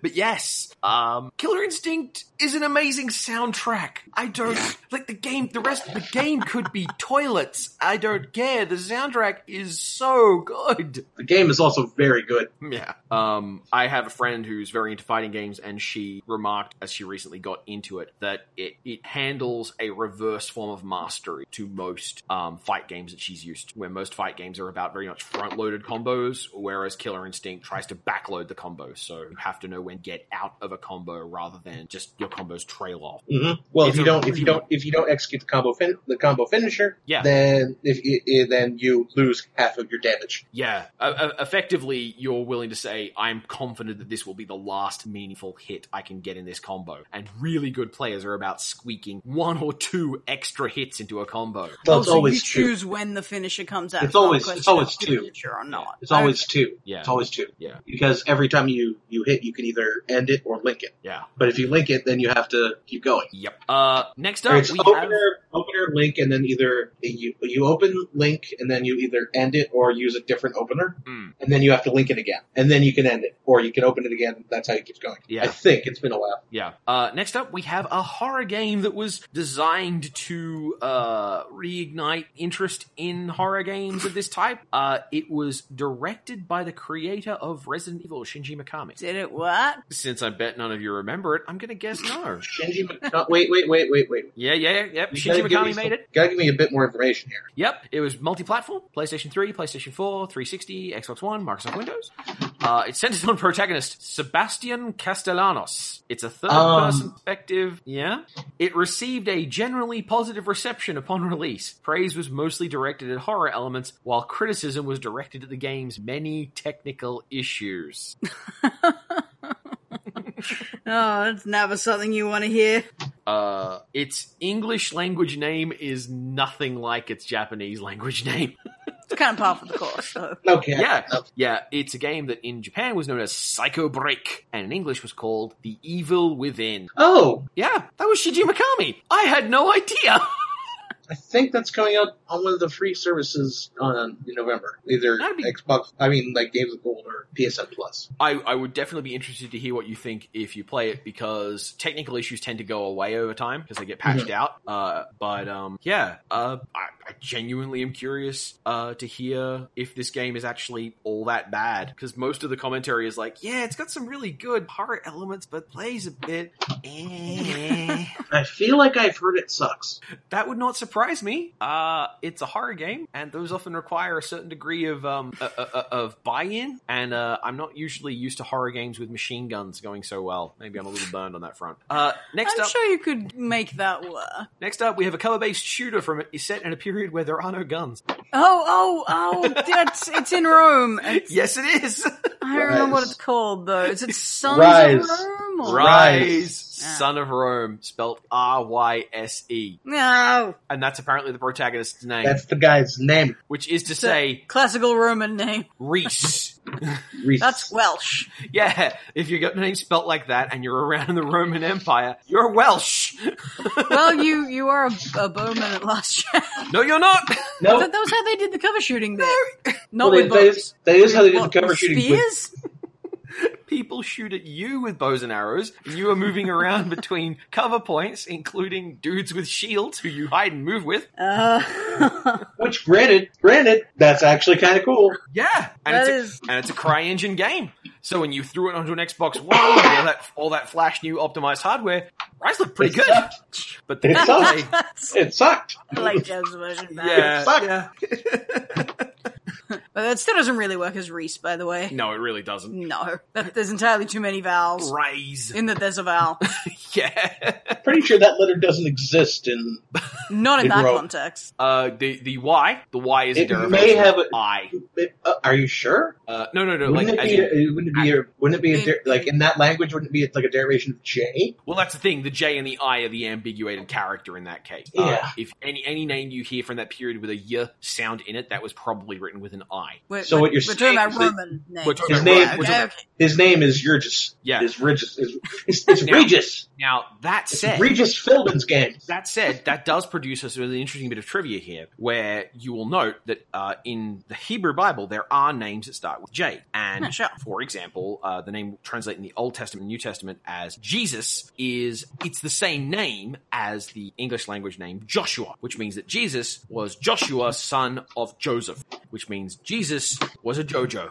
[SPEAKER 1] But yes, um, Killer Instinct is an amazing soundtrack. I don't like the game. The rest of the game could be toilets. I don't care. The soundtrack is so good.
[SPEAKER 3] The game is also very good.
[SPEAKER 1] Yeah. Um, I have a friend who's very into fighting games, and she remarked as she recently got into it that it, it handles a reverse form of mastery to most um, fight games that she's used to, where most fight games are about very much front loaded combos, whereas Killer Instinct tries to backload the combo. So you have to know when to get out of a combo rather than just your combos trail off.
[SPEAKER 3] hmm Well, if,
[SPEAKER 1] It's
[SPEAKER 3] you
[SPEAKER 1] a
[SPEAKER 3] don't, if
[SPEAKER 1] really-
[SPEAKER 3] you don't, if you don't execute the combo, fin- the combo finisher,
[SPEAKER 1] Yeah.
[SPEAKER 3] then if you, eh, then you lose half of your damage.
[SPEAKER 1] Yeah. Uh, uh, effectively, you're willing to say, I'm confident that this will be the last meaningful hit I can get in this combo. And really good players are about squeaking one or two extra hits into a combo.
[SPEAKER 3] Well,
[SPEAKER 2] Oh,
[SPEAKER 3] it's
[SPEAKER 2] so
[SPEAKER 3] always
[SPEAKER 2] you
[SPEAKER 3] two.
[SPEAKER 2] choose when the finisher comes out.
[SPEAKER 3] It's always-
[SPEAKER 2] not a
[SPEAKER 3] it's always
[SPEAKER 2] question of
[SPEAKER 3] two.
[SPEAKER 2] Finisher or not?
[SPEAKER 3] It's always two.
[SPEAKER 1] Yeah.
[SPEAKER 3] It's always two.
[SPEAKER 1] Yeah.
[SPEAKER 3] Because every time you you hit, you can either end it or link it.
[SPEAKER 1] Yeah.
[SPEAKER 3] But if you link it, then you have to keep going.
[SPEAKER 1] Yep. Uh, next up,
[SPEAKER 3] Or it's
[SPEAKER 1] we
[SPEAKER 3] opener,
[SPEAKER 1] have.
[SPEAKER 3] opener, link, and then either you you open link, and then you either end it or use a different opener,
[SPEAKER 1] Mm.
[SPEAKER 3] and then you have to link it again, and then you can end it, or you can open it again. That's how it keeps going.
[SPEAKER 1] Yeah.
[SPEAKER 3] I think it's been a while.
[SPEAKER 1] Yeah. Uh, next up, we have a horror game that was designed to uh, reignite interest in horror games of this type. Uh, it was directed by the creator of Resident Evil, Shinji Mikami.
[SPEAKER 2] Oh, Did it what?
[SPEAKER 1] Since I bet none of you remember it, I'm going to guess no.
[SPEAKER 3] Shinji, Mik- no, wait, wait, wait, wait, wait.
[SPEAKER 1] Yeah, yeah, yep.
[SPEAKER 3] You
[SPEAKER 1] Shinji
[SPEAKER 3] gotta give me
[SPEAKER 1] Mikami
[SPEAKER 3] some-
[SPEAKER 1] made it.
[SPEAKER 3] Gotta give me a bit more information here.
[SPEAKER 1] Yep, it was multi-platform: PlayStation 3, PlayStation 4, 360, Xbox One, Microsoft Windows. Uh, it centers on protagonist Sebastian Castellanos. It's a third-person
[SPEAKER 3] Um.
[SPEAKER 1] perspective. Yeah, it received a generally positive reception upon release. Praise was mostly directed at horror elements, while criticism was directed at the game's many technical issues.
[SPEAKER 2] Oh, that's never something you want to hear.
[SPEAKER 1] Uh, its English language name is nothing like its Japanese language name.
[SPEAKER 2] It's kind of par for the course, though.
[SPEAKER 3] Okay.
[SPEAKER 1] Yeah,
[SPEAKER 3] Uh,
[SPEAKER 1] yeah. It's a game that in Japan was known as Psycho Break, and in English was called The Evil Within.
[SPEAKER 3] Oh,
[SPEAKER 1] Yeah, that was Shiji Mikami. I had no idea.
[SPEAKER 3] I think that's coming out on one of the free services on um, in November. Either
[SPEAKER 1] That'd be-
[SPEAKER 3] Xbox, I mean, like Games of Gold or PSN Plus.
[SPEAKER 1] I, I would definitely be interested to hear what you think if you play it because technical issues tend to go away over time because they get patched out. Uh, but um, yeah, uh, I, I genuinely am curious uh, to hear if this game is actually all that bad because most of the commentary is like, yeah, it's got some really good horror elements, but plays a bit. eh."
[SPEAKER 3] I feel like I've heard it sucks.
[SPEAKER 1] That would not surprise me. Uh, it's a horror game, and those often require a certain degree of um, uh, uh, of buy-in. And uh, I'm not usually used to horror games with machine guns going so well. Maybe I'm a little burned on that front. Uh, next
[SPEAKER 2] I'm
[SPEAKER 1] up,
[SPEAKER 2] sure you could make that work.
[SPEAKER 1] next up, we have a cover-based shooter from is set in a period where there are no guns.
[SPEAKER 2] Oh, oh, oh! That's it's in Rome. It's-
[SPEAKER 1] Yes, it is.
[SPEAKER 2] I don't remember what
[SPEAKER 3] Rise.
[SPEAKER 2] it's called though. Is it Sons
[SPEAKER 3] Rise.
[SPEAKER 2] of Rome? Or...
[SPEAKER 1] Rise,
[SPEAKER 2] Ah.
[SPEAKER 1] son of Rome, spelled R Y S E,
[SPEAKER 2] No,
[SPEAKER 1] and that's apparently the protagonist's name,
[SPEAKER 3] That's the guy's name.
[SPEAKER 1] which is to say,
[SPEAKER 2] classical Roman name.
[SPEAKER 1] Reese.
[SPEAKER 3] Reese.
[SPEAKER 2] That's Welsh.
[SPEAKER 1] Yeah, if you got your name spelt like that and you're around the Roman Empire, you're Welsh.
[SPEAKER 2] well, you you are a, a bowman at last check.
[SPEAKER 1] No, you're not.
[SPEAKER 2] I
[SPEAKER 3] no.
[SPEAKER 2] thought that was how they did the cover shooting there. Not
[SPEAKER 3] well, that-
[SPEAKER 2] with
[SPEAKER 3] that
[SPEAKER 2] bows.
[SPEAKER 3] is that is how they did the
[SPEAKER 2] What,
[SPEAKER 3] cover shooting. with-
[SPEAKER 2] Spears?
[SPEAKER 1] People shoot at you with bows and arrows, and you are moving around between cover points, including dudes with shields who you hide and move with.
[SPEAKER 2] Uh,
[SPEAKER 3] Which, granted, granted, that's actually kind of cool.
[SPEAKER 1] Yeah, and
[SPEAKER 2] That
[SPEAKER 1] it's
[SPEAKER 2] is-
[SPEAKER 1] a, and it's a cry engine game. So when you threw it onto an Xbox One, with all that all that flash new optimized hardware, Rise looked pretty
[SPEAKER 3] It
[SPEAKER 1] good.
[SPEAKER 3] sucked.
[SPEAKER 1] But the
[SPEAKER 3] It
[SPEAKER 1] gameplay-
[SPEAKER 3] sucked. It sucked.
[SPEAKER 2] I like Jeb's version better.
[SPEAKER 1] yeah,
[SPEAKER 3] sucked.
[SPEAKER 1] yeah.
[SPEAKER 2] But that still doesn't really work as Reese, by the way.
[SPEAKER 1] No, it really doesn't.
[SPEAKER 2] No, that, there's entirely too many vowels
[SPEAKER 1] Raise.
[SPEAKER 2] in that there's a vowel.
[SPEAKER 1] yeah.
[SPEAKER 3] Pretty sure that letter doesn't exist in.
[SPEAKER 2] Not in
[SPEAKER 3] It
[SPEAKER 2] that
[SPEAKER 3] wrote-
[SPEAKER 2] context.
[SPEAKER 1] Uh, the the Y, the Y is a
[SPEAKER 3] It
[SPEAKER 1] derivation.
[SPEAKER 3] may have
[SPEAKER 1] of
[SPEAKER 3] a-
[SPEAKER 1] I.
[SPEAKER 3] Uh, are you sure?
[SPEAKER 1] Uh, no, no, no. like,
[SPEAKER 3] wouldn't, it
[SPEAKER 1] as
[SPEAKER 3] be,
[SPEAKER 1] in-
[SPEAKER 3] a- wouldn't it be? A, wouldn't it be? A der- like in that language, wouldn't it be like a derivation of J?
[SPEAKER 1] Well, that's the thing. The J and the I are the ambiguated character in that case. Uh,
[SPEAKER 3] Yeah.
[SPEAKER 1] if any any name you hear from that period with a y sound in it, that was probably written with an I.
[SPEAKER 2] We're,
[SPEAKER 3] So what you're
[SPEAKER 2] we're talking
[SPEAKER 3] saying
[SPEAKER 2] about
[SPEAKER 3] is that-
[SPEAKER 2] Roman names.
[SPEAKER 1] We're talking
[SPEAKER 3] His
[SPEAKER 1] about
[SPEAKER 3] name-
[SPEAKER 1] Rome.
[SPEAKER 2] okay,
[SPEAKER 1] We're
[SPEAKER 2] okay,
[SPEAKER 1] talking-
[SPEAKER 2] okay.
[SPEAKER 3] His name is Regis.
[SPEAKER 1] Yeah.
[SPEAKER 3] Is Regis? Is, it's it's
[SPEAKER 1] Now-
[SPEAKER 3] Regis.
[SPEAKER 1] Now that
[SPEAKER 3] It's
[SPEAKER 1] said,
[SPEAKER 3] Regis Philbin's gang.
[SPEAKER 1] that said, that does produce us with an interesting bit of trivia here, where you will note that uh, in the Hebrew Bible there are names that start with J,
[SPEAKER 2] Huh,
[SPEAKER 1] and
[SPEAKER 2] sure.
[SPEAKER 1] for example, uh, the name translated in the Old Testament and New Testament as Jesus is it's the same name as the English language name Joshua, which means that Jesus was Joshua, son of Joseph, which means Jesus was a JoJo.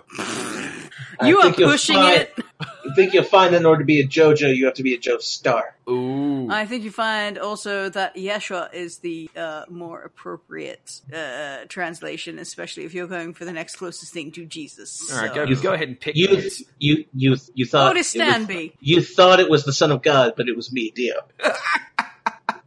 [SPEAKER 3] I
[SPEAKER 2] You are
[SPEAKER 3] think you'll
[SPEAKER 2] pushing
[SPEAKER 3] find-
[SPEAKER 2] it.
[SPEAKER 3] I think you'll find in order to be a JoJo, you have to be a Joe Star.
[SPEAKER 1] Ooh.
[SPEAKER 2] I think you find also that Yeshua is the uh, more appropriate uh, translation, especially if you're going for the next closest thing to Jesus.
[SPEAKER 1] All right,
[SPEAKER 2] so.
[SPEAKER 1] go,
[SPEAKER 3] You-
[SPEAKER 1] go ahead and pick
[SPEAKER 3] You,
[SPEAKER 1] yours.
[SPEAKER 3] you, you, you
[SPEAKER 2] What
[SPEAKER 3] thought
[SPEAKER 2] would
[SPEAKER 3] it was-
[SPEAKER 2] Stanby?
[SPEAKER 3] you thought it was the Son of God, but it was me, Dio.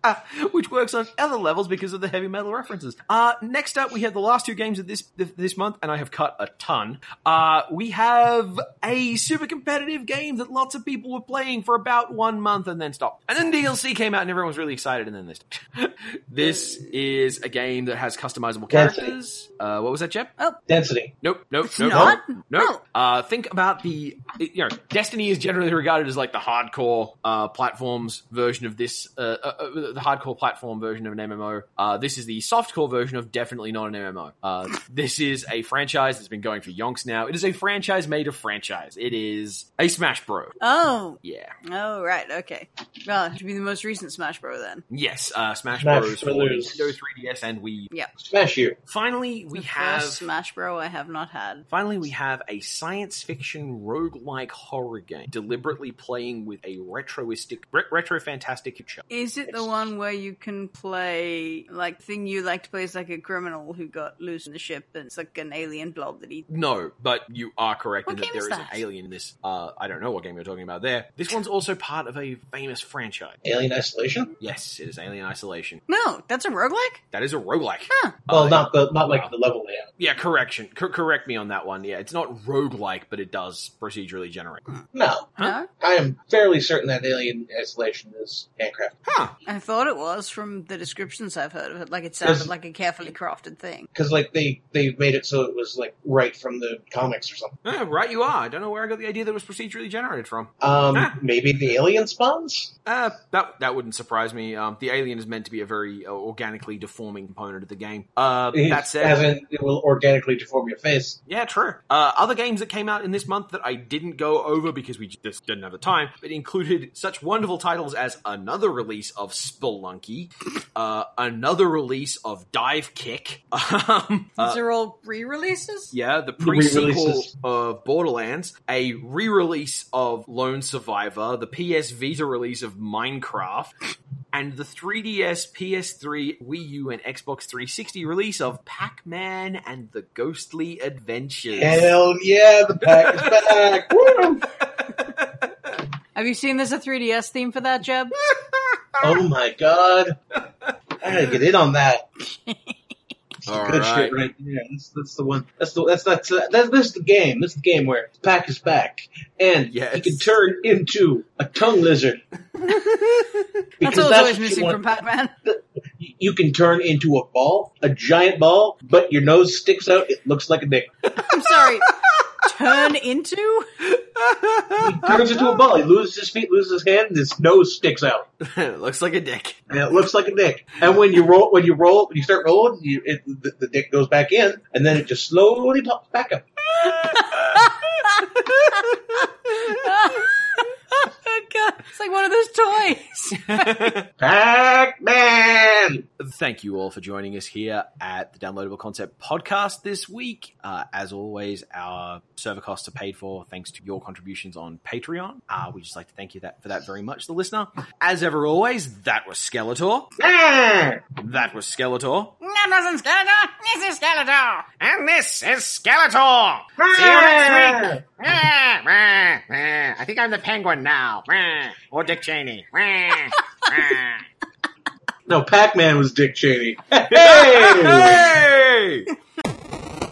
[SPEAKER 1] which works on other levels because of the heavy metal references. Uh, next up, we have the last two games of this th- this month, and I have cut a ton. Uh, we have a super competitive game that lots of people were playing for about one month and then stopped. And then DLC came out, and everyone was really excited, and then they stopped. this is a game that has customizable
[SPEAKER 3] Density.
[SPEAKER 1] characters. Uh, what was that, Jeb?
[SPEAKER 3] Density.
[SPEAKER 1] Nope, nope,
[SPEAKER 2] It's
[SPEAKER 1] nope,
[SPEAKER 2] not?
[SPEAKER 1] nope, nope. Uh, think about the, you know, Destiny is generally regarded as like the hardcore uh, platforms version of this, uh, uh, uh, the hardcore platform version of an MMO. Uh, this is the softcore version of definitely not an MMO. Uh, this is a franchise that's been going for yonks now. It is a franchise made of franchise. It is a Smash Bro.
[SPEAKER 2] Oh,
[SPEAKER 1] Yeah.
[SPEAKER 2] oh, right, okay. Well, it should be the most recent Smash Bro then.
[SPEAKER 1] Yes. Uh, Smash,
[SPEAKER 3] Smash
[SPEAKER 1] Bros. for
[SPEAKER 3] Brothers.
[SPEAKER 1] Nintendo 3DS and Wii. U.
[SPEAKER 3] Smash you.
[SPEAKER 1] Finally, we
[SPEAKER 2] The first
[SPEAKER 1] have
[SPEAKER 2] Smash Bro. I have not had.
[SPEAKER 1] Finally, we have a science fiction roguelike horror game, deliberately playing with a retroistic, re- retro fantastic future.
[SPEAKER 2] Is it the one where you can play like thing you like to play is like a criminal who got loose in the ship and it's like an alien blob that he
[SPEAKER 1] No, but you are correct
[SPEAKER 2] What
[SPEAKER 1] in that
[SPEAKER 2] game
[SPEAKER 1] there
[SPEAKER 2] is
[SPEAKER 1] is
[SPEAKER 2] that?
[SPEAKER 1] an alien in this. Uh, I don't know what game you're talking about there. This one's also part of a famous franchise.
[SPEAKER 3] Alien Isolation?
[SPEAKER 1] Yes, it is Alien Isolation.
[SPEAKER 2] No, that's a roguelike?
[SPEAKER 1] That is a roguelike.
[SPEAKER 2] Huh.
[SPEAKER 3] Well,
[SPEAKER 1] Uh,
[SPEAKER 3] not the, not
[SPEAKER 1] wow.
[SPEAKER 3] like the level layout.
[SPEAKER 1] Yeah, correction. Cor- correct me on that one. Yeah, it's not roguelike, but it does procedurally generate.
[SPEAKER 3] No,
[SPEAKER 1] Huh?
[SPEAKER 2] No?
[SPEAKER 3] I am fairly certain that Alien Isolation is handcrafted.
[SPEAKER 1] Huh.
[SPEAKER 2] I thought it was from the descriptions I've heard of it. Like it sounded like a carefully crafted thing.
[SPEAKER 3] Because like they they made it so it was like right from the comics or something.
[SPEAKER 1] Eh, right, you are. I don't know where I got the idea that it was procedurally generated from.
[SPEAKER 3] Um,
[SPEAKER 1] Ah.
[SPEAKER 3] maybe the alien spawns.
[SPEAKER 1] Uh, that that wouldn't surprise me. Um, the alien is meant to be a very uh, organically deforming component of the game. Uh, that
[SPEAKER 3] As
[SPEAKER 1] said,
[SPEAKER 3] in, it will organically deform your face.
[SPEAKER 1] yeah, true. Uh, other games that came out in this month that I didn't go over because we just didn't have the time, but included such wonderful titles as another release of Spelunky, uh, another release of Dive Kick. Um, uh,
[SPEAKER 2] These are all re releases?
[SPEAKER 1] yeah, the
[SPEAKER 3] The
[SPEAKER 1] pre
[SPEAKER 3] re-releases.
[SPEAKER 1] sequel of Borderlands, a re release of Lone Survivor, the PS Vita release of Minecraft, and the 3DS, PS3, Wii U, and Xbox 360 release of Pac Man and the Ghostly Adventures.
[SPEAKER 3] Hell yeah, the pack is back. Woo!
[SPEAKER 2] Have you seen there's a 3DS theme for that, Jeb?
[SPEAKER 3] Oh my god, I gotta get in on that.
[SPEAKER 1] All
[SPEAKER 3] Good
[SPEAKER 1] right.
[SPEAKER 3] shit, right? Yeah, that's, that's the one. That's the that's that's uh, that's this is the game. This is the game where pack is back, and
[SPEAKER 1] Yes.
[SPEAKER 3] he can turn into a tongue lizard.
[SPEAKER 2] That's
[SPEAKER 3] Because
[SPEAKER 2] all that's always
[SPEAKER 3] what you
[SPEAKER 2] missing
[SPEAKER 3] want.
[SPEAKER 2] from Pac Man.
[SPEAKER 3] you can turn into a ball, a giant ball, but your nose sticks out. It looks like a dick.
[SPEAKER 2] I'm sorry. Turn into?
[SPEAKER 3] He turns into a ball. He loses his feet, loses his hand, and his nose sticks out.
[SPEAKER 1] Looks like a dick.
[SPEAKER 3] And it looks like a dick. And when you roll, when you roll, when you start rolling, you, it, the, the dick goes back in, and then it just slowly pops back up.
[SPEAKER 2] Oh, God, it's like one of those toys.
[SPEAKER 3] Pac-Man!
[SPEAKER 1] Thank you all for joining us here at the Downloadable Concept podcast this week. Uh, as always, our server costs are paid for thanks to your contributions on Patreon. Uh, we just like to thank you that for that very much, the listener. As ever, always, that was Skeletor.
[SPEAKER 3] Ah!
[SPEAKER 1] That was Skeletor.
[SPEAKER 5] Nah.
[SPEAKER 2] That wasn't Skeletor. This is Skeletor.
[SPEAKER 6] And this is Skeletor. See you next week. Rah, rah, rah. I think I'm the penguin now. Rah. Or Dick Cheney. Rah, rah.
[SPEAKER 3] No, Pac Man was Dick Cheney. Hey!
[SPEAKER 7] Hey!